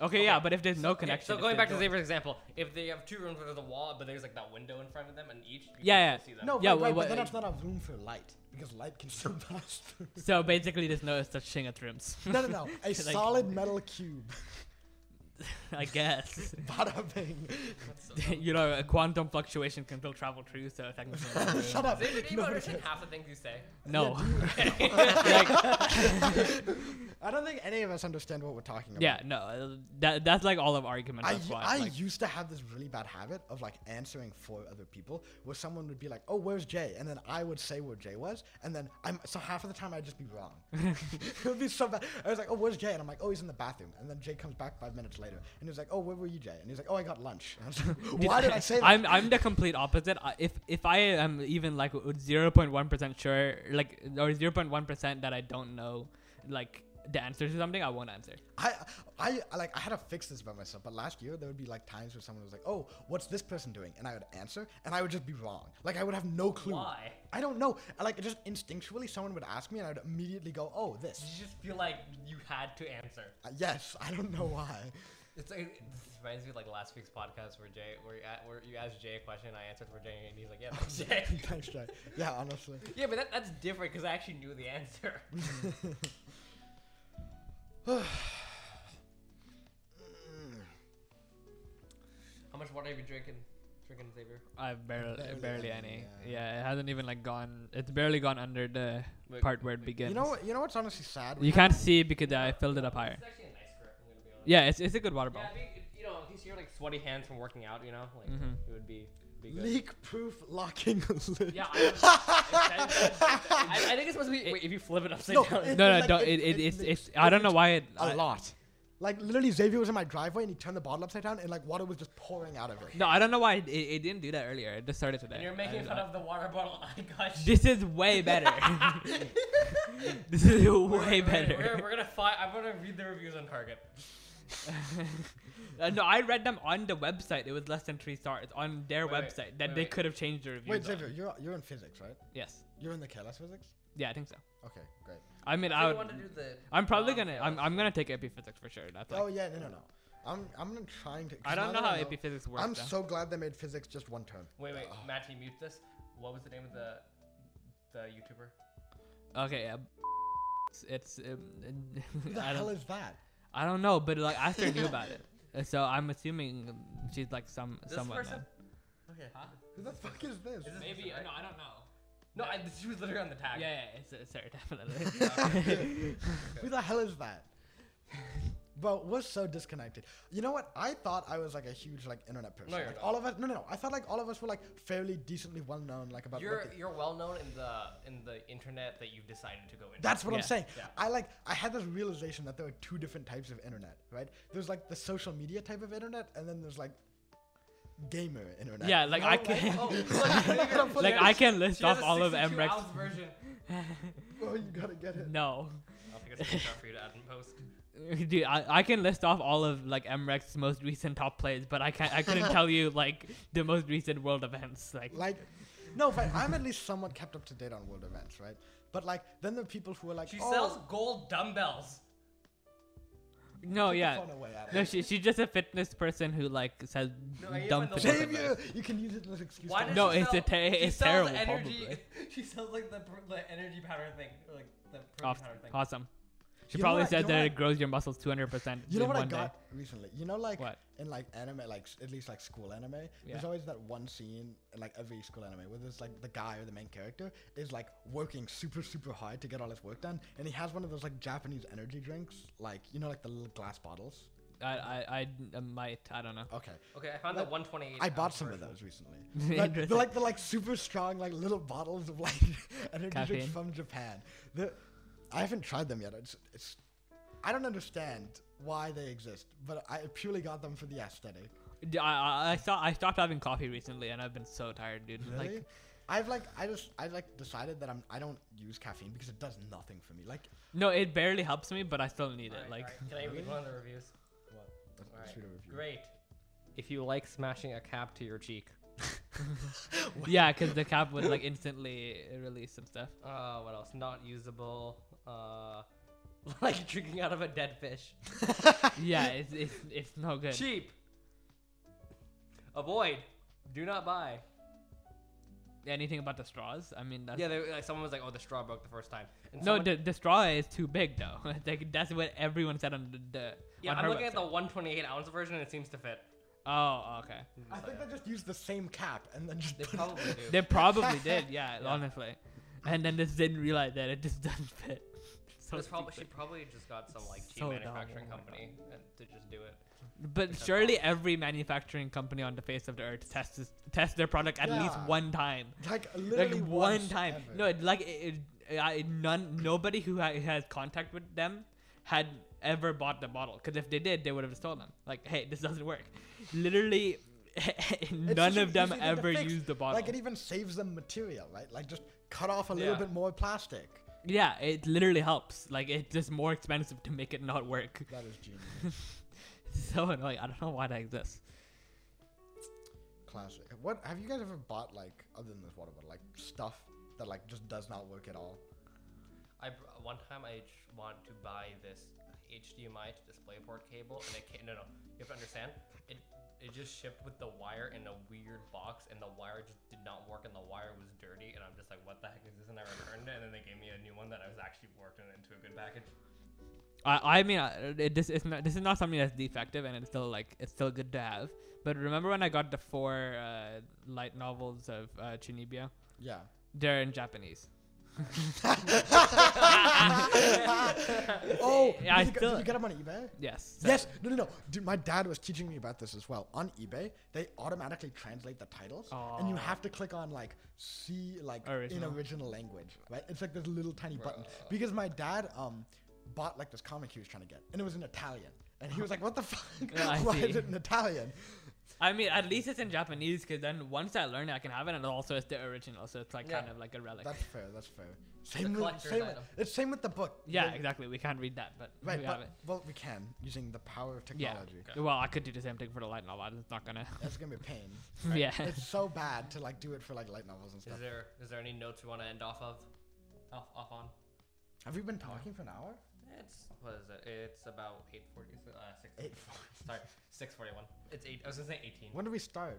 Okay, yeah, but if there's no connection,
so
it's
going
a
back to
door.
Xavier's example, if they have two rooms where there's a wall, but there's like that window in front of them, and each you can
Yeah, yeah.
still see them.
No,
Yeah,
right,
wha-
right,
wha-
but then it's not a room for light because light can still [LAUGHS] pass
[LAUGHS]
through.
So basically, there's no such thing as rooms. [LAUGHS]
No, no, no. A
Like-
solid metal cube. [LAUGHS]
I [LAUGHS] guess.
Bada bing.
That's so
you know, a quantum fluctuation can still travel through, so [LAUGHS] technically. it's a room.
Shut [LAUGHS] up.
Xavier, do you
No,
understand half the things you say?
No.
I don't think any of us understand what we're talking about.
yeah, no. uh, That that's like all of argument.
I,
That's why.
I
like-
used to have this really bad habit of like answering for other people where someone would be like, oh, where's Jay? And then I would say where Jay was. And then I'm, so half of the time I'd just be
[LAUGHS]
wrong. [LAUGHS] it would be so bad. I was like, oh, where's Jay? And I'm like, oh, he's in the bathroom. And then Jay comes back five minutes later and he's like, oh, where were you, Jay? And he's like, oh, I got lunch. [LAUGHS] And I was like,
Dude,
why
[LAUGHS]
did I say that?
I'm I'm the complete opposite. I, if if I am even like 0.1 percent sure, like or 0.1 percent that I don't know, like the answer to something, I won't answer.
I, I I, like I had to fix this by myself. But last year there would be like times where someone was like, "Oh, what's this person doing?" and I would answer, and I would just be wrong. Like I would have no clue.
Why?
I don't know. I, Like just instinctually, someone would ask me, and I'd immediately go, "Oh,
Did
this."
you just feel like you had to answer?
Uh, yes, I don't know
[LAUGHS]
why.
It's like, this reminds me of like last week's podcast where Jay, where you, a- where you asked Jay a question, I answered for Jay, and he's like, "Yeah, that's Jay." [LAUGHS]
[LAUGHS] Thanks, Jay. Yeah, honestly.
yeah, but that, that's different because I actually knew the answer. [LAUGHS] How much water have you drinking, drinking Xavier?
I barely barely,
Barely any,
any. Yeah.
yeah.
it hasn't even like gone. It's barely gone under the
Wait,
part where it
wait.
begins.
You know, what- you know what's honestly sad?
You
We
can't see because I filled it up higher.
It's actually a nice grip. I'm gonna be honest.
Yeah, it's it's a good water
Yeah,
bottle.
I mean, if- you know, at least you're like sweaty hands from working out. You know, like
Mhm.
it would be, be good.
leak-proof locking [LAUGHS] lid.
Yeah, I, [LAUGHS] I, I think it's supposed to be. Wait, if you flip it upside
No,
down,
it-
No, no,
like,
don't,
it-
it, it,
it
it's,
leaks-
it's, I
it
don't know
leaks
why it.
A
I-
lot. Like literally, Xavier was in my driveway and he turned the bottle upside down, and like water was just pouring out of it.
No, I don't know why it, it, it didn't do that earlier. It just started today.
and [LAUGHS] you're
I
making
don't
fun
know.
of the water bottle. I got you.
This is way better. [LAUGHS] this is way
We're- we're-
better.
We're, we're gonna find. I'm gonna read the reviews on Target.
[LAUGHS] Uh, no, I read them on the website. It was less than three stars on their
Wait, wait,
website that
wait,
they
wait.
could have changed the review.
Wait, Xavier, you're you're in physics, right?
Yes.
You're in the careless physics.
Yeah, I think so.
Okay, great.
I mean, I
I
would,
think I wanted to do the
I'm probably
non-
gonna. I'm, I'm gonna take epiphysics for sure. That's like,
oh yeah, no, no, no. I'm I'm not trying to. 'cause
I don't
now
know
that
how epiphysics works.
I'm
though.
so glad they made physics just one
[LAUGHS]
term.
Wait, wait,
Oh.
Matt, can you mute this? What was the name of the the YouTuber?
okay. Yeah. It's. it's,
Who
Um, [LAUGHS]
the
I
hell
don't.
is that?
I don't know, but like Esther knew about it, Uh, so I'm assuming um, she's like some
This
someone.
person? Okay.
Huh?
Who the fuck is this?
Is this
Maybe.
person, right?
No, I don't know.
No, I, she was literally on the tag.
Yeah, yeah, it's, it's her [LAUGHS] definitely.
Who the hell is that? [LAUGHS] Bro, we're so disconnected. You know what? I thought I was like a huge like internet person.
No, you're
like
not.
all of us. No, no, no. I thought like all of us were like fairly decently well known. Like about. what
You're
the-
you're well known in the in the internet that you've decided to go into.
That's what I'm
Yeah,
saying.
yeah.
I like I had this realization that there were two different types of internet, right? There's like the social media type of internet, and then there's like gamer internet.
yeah, like I
Oh,
can. [LAUGHS]
oh, look,
But
like
yeah,
I can
she
list
has
off
a
all of
62
MREX.
ounce version.
[LAUGHS] Oh, you gotta get it.
No, [LAUGHS]
I'll take a screenshot for you to add and post.
dude, I, I can list off all of like MREX's most recent top plays, but I can't. I couldn't tell you like the most recent world events. Like,
Like, no, but I'm at least somewhat kept up to date on world events, right? But like, then there are people who are like,
She
oh,
sells gold dumbbells.
no,
put the
Oh, yeah,
phone away, Adam. [LAUGHS]
no, she she's just a fitness person who like says
No, I
dumb
find the
things.
world event.
Xavier, you can use it as an excuse.
Why
to-
does
No,
she
it's
sell,
a ter-
she
it's
sells
terrible,
Energy, [LAUGHS]
probably.
She sells like the, pr- the energy powder thing, or, like the protein
Off,
powder thing.
awesome. She
You know
probably
what- you
said
know
that
what I-
it grows your muscles 200 percent
You know
in
what I
one
got recently? You know, like
What?
in like anime, like s- at least like school anime,
Yeah.
there's always that one scene in like every school anime where there's like the guy or the main character is like working super super hard to get all his work done, and he has one of those like Japanese energy drinks, like you know, like the little glass bottles.
day. I I, I uh, might. I don't know.
Okay,
Okay, I found the 128.
I bought
ounce
some of
version.
those recently. Like, they're
Interesting.
like the like super strong like little bottles of like [LAUGHS] energy
Caffeine.
drinks from Japan. They're, I haven't tried them yet. It's it's I don't understand why they exist, but I purely got them for the aesthetic.
D- I, I, I saw I stopped having coffee recently, and I've been so tired, dude.
Really?
Like,
I've like I just I like decided that I'm I don't use caffeine because it does nothing for me. Like
no, it barely helps me, but I still need it.
Alright,
like.
alright, can I read one of the reviews?
what?
Alright. Great. if you like smashing a cap to your cheek.
Yeah, because the cap would like instantly release some stuff.
Uh, what else? Not usable. Uh, [LAUGHS] like drinking out of a dead fish.
Yeah, it's it's, it's no good.
Cheap. Avoid. Do not buy.
Anything about the straws? I mean, that's
Yeah, they, like someone was like, "Oh, the straw broke the first time." And
no.
someone-
The, the straw is too big though. [LAUGHS] like that's what everyone said on the. the
yeah,
on
I'm
her
looking at the
website.
128 ounce version, and it seems to fit.
Oh, okay.
I think they just used the same cap and then just
They
put it-
[LAUGHS]
probably do.
They probably did. Yeah,
[LAUGHS] Yeah.
honestly. And then just didn't realize that it just [LAUGHS] doesn't fit. So
This probably, she
stupid.
probably just got some like cheap
So dumb,
manufacturing
oh my God.
company and to just do it.
But
That's
surely every manufacturing company on the face of the earth tests this- tests their product at least
Yeah.
one time.
[LAUGHS]
[LAUGHS]
like literally
like one
once
time.
ever.
No, it- like it, it, I, none nobody who ha- has contact with them had ever bought the bottle because if they did, they would have stolen them. Like, hey, this doesn't work. Literally, [LAUGHS]
It's
none
such
of
an
them
easy thing to
ever
fix.
used the bottle.
Like it e- even saves them material, right? Like just cut off a little
Yeah.
bit more plastic.
yeah, it literally helps. Like, it's just more expensive to make it not work. [LAUGHS]
That is genius.
so annoying. I don't know why that exists.
[LAUGHS] Classic. What have you guys ever bought like other than this water bottle, like stuff that like just does not work at all?
I br- one time I j- wanted to buy this HDMI to DisplayPort cable, and it can't. No, no, you have to understand. It it just shipped with the wire in a weird box, and the wire just did not work, and the wire was dirty, and I'm just like, what the heck is this? And I returned it, and then they gave me a new one that I was actually working into a good package.
I, I mean, uh, it, this is not this is not something that's defective, and it's still like it's still good to have. But remember when I got the four uh, light novels of uh, Chinibyo?
Yeah.
They're in Japanese.
[LAUGHS] Oh,
[LAUGHS] Yeah, I
did, you,
still-
did you get them on eBay?
Yes. so-
Yes. No, no, no. Dude, my dad was teaching me about this as well. On eBay, they automatically translate the titles, and you
Oh.
have to click on like see like
Original.
in original language, right? It's like this little tiny button. Because my dad um bought like this comic he was trying to get, and it was in Italian, and he was like, "What the [LAUGHS] fuck?
Yeah, I
Why is
see.
it in Italian?"
I mean, at least it's in Japanese, because then once I learn it, I can have it, and also it's the original, so it's like
Yeah.
kind of like a relic.
That's fair. That's fair. Same with
collector's
same.
item.
With, it's same with the book.
yeah,
The-
exactly. We can't read that, but
Right,
we
but,
have it.
well, we can using the power of
Yeah.
technology.
Well, I could do the same thing for the light novel. It's not gonna. [LAUGHS]
That's gonna be a pain.
yeah.
it's so bad to like do it for like light novels and
Is
stuff.
there is there any notes we want to end off of? Off off on.
Have we been talking for an hour?
It's what is it? It's about eight forty. Uh, six.
Eight.
Sorry, six forty-one. It's eight. I was gonna say eighteen.
When do we start?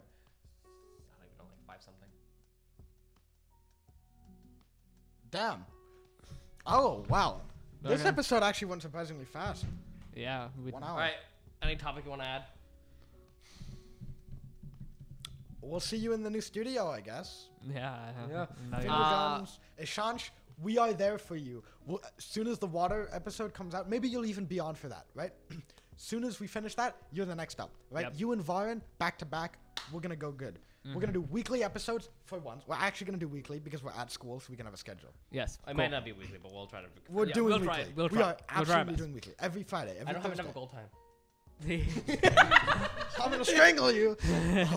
I don't even know, like five something.
Damn. Oh wow. This
Okay.
episode actually went surprisingly fast.
[LAUGHS] yeah. We,
One hour.
All right. Any topic you want to add?
We'll see you in the new studio, I guess.
yeah. I-
Yeah. Uh,
no,
Finger
yeah.
guns, Ishansh, we are there for you. We'll, as soon as the water episode comes out, maybe you'll even be on for that, right? [CLEARS THROAT] soon as we finish that, you're the next up, right?
Yep. Mm-hmm.
You and Varan back to back, we're gonna go good. We're gonna do weekly episodes for once. We're actually gonna do weekly because we're at school, so we can have a schedule.
yes.
I
cool. [LAUGHS]
might not be weekly, but we'll try to.
We're
Yeah,
doing
we'll
weekly.
try it, we'll
We
try
are
it, we'll try our
absolutely
best.
doing weekly every Friday. Every
I don't have
Thursday.
enough goal time.
I'm gonna strangle you.
[LAUGHS]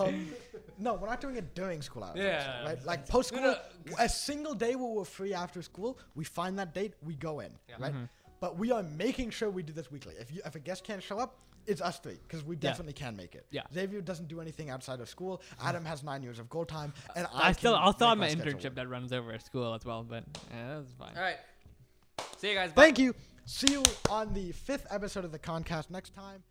Um, no, we're not doing it during school hours.
Yeah.
Right? Like post school,
No,
a single day where we're free after school, we find that date, we go in.
Yeah.
Right?
Mm-hmm.
But we are making sure we do this weekly. If you if a guest can't show up, it's us three because we definitely can make it.
Yeah.
Xavier doesn't do anything outside of school. Adam has nine years of goal time, and I,
I, still,
can
I'll still have
make
my
schedule
internship
work.
that runs over at school as well, but yeah, that's fine.
All right. See you guys. Bye.
Thank you. See you on the fifth episode of the Concast next time.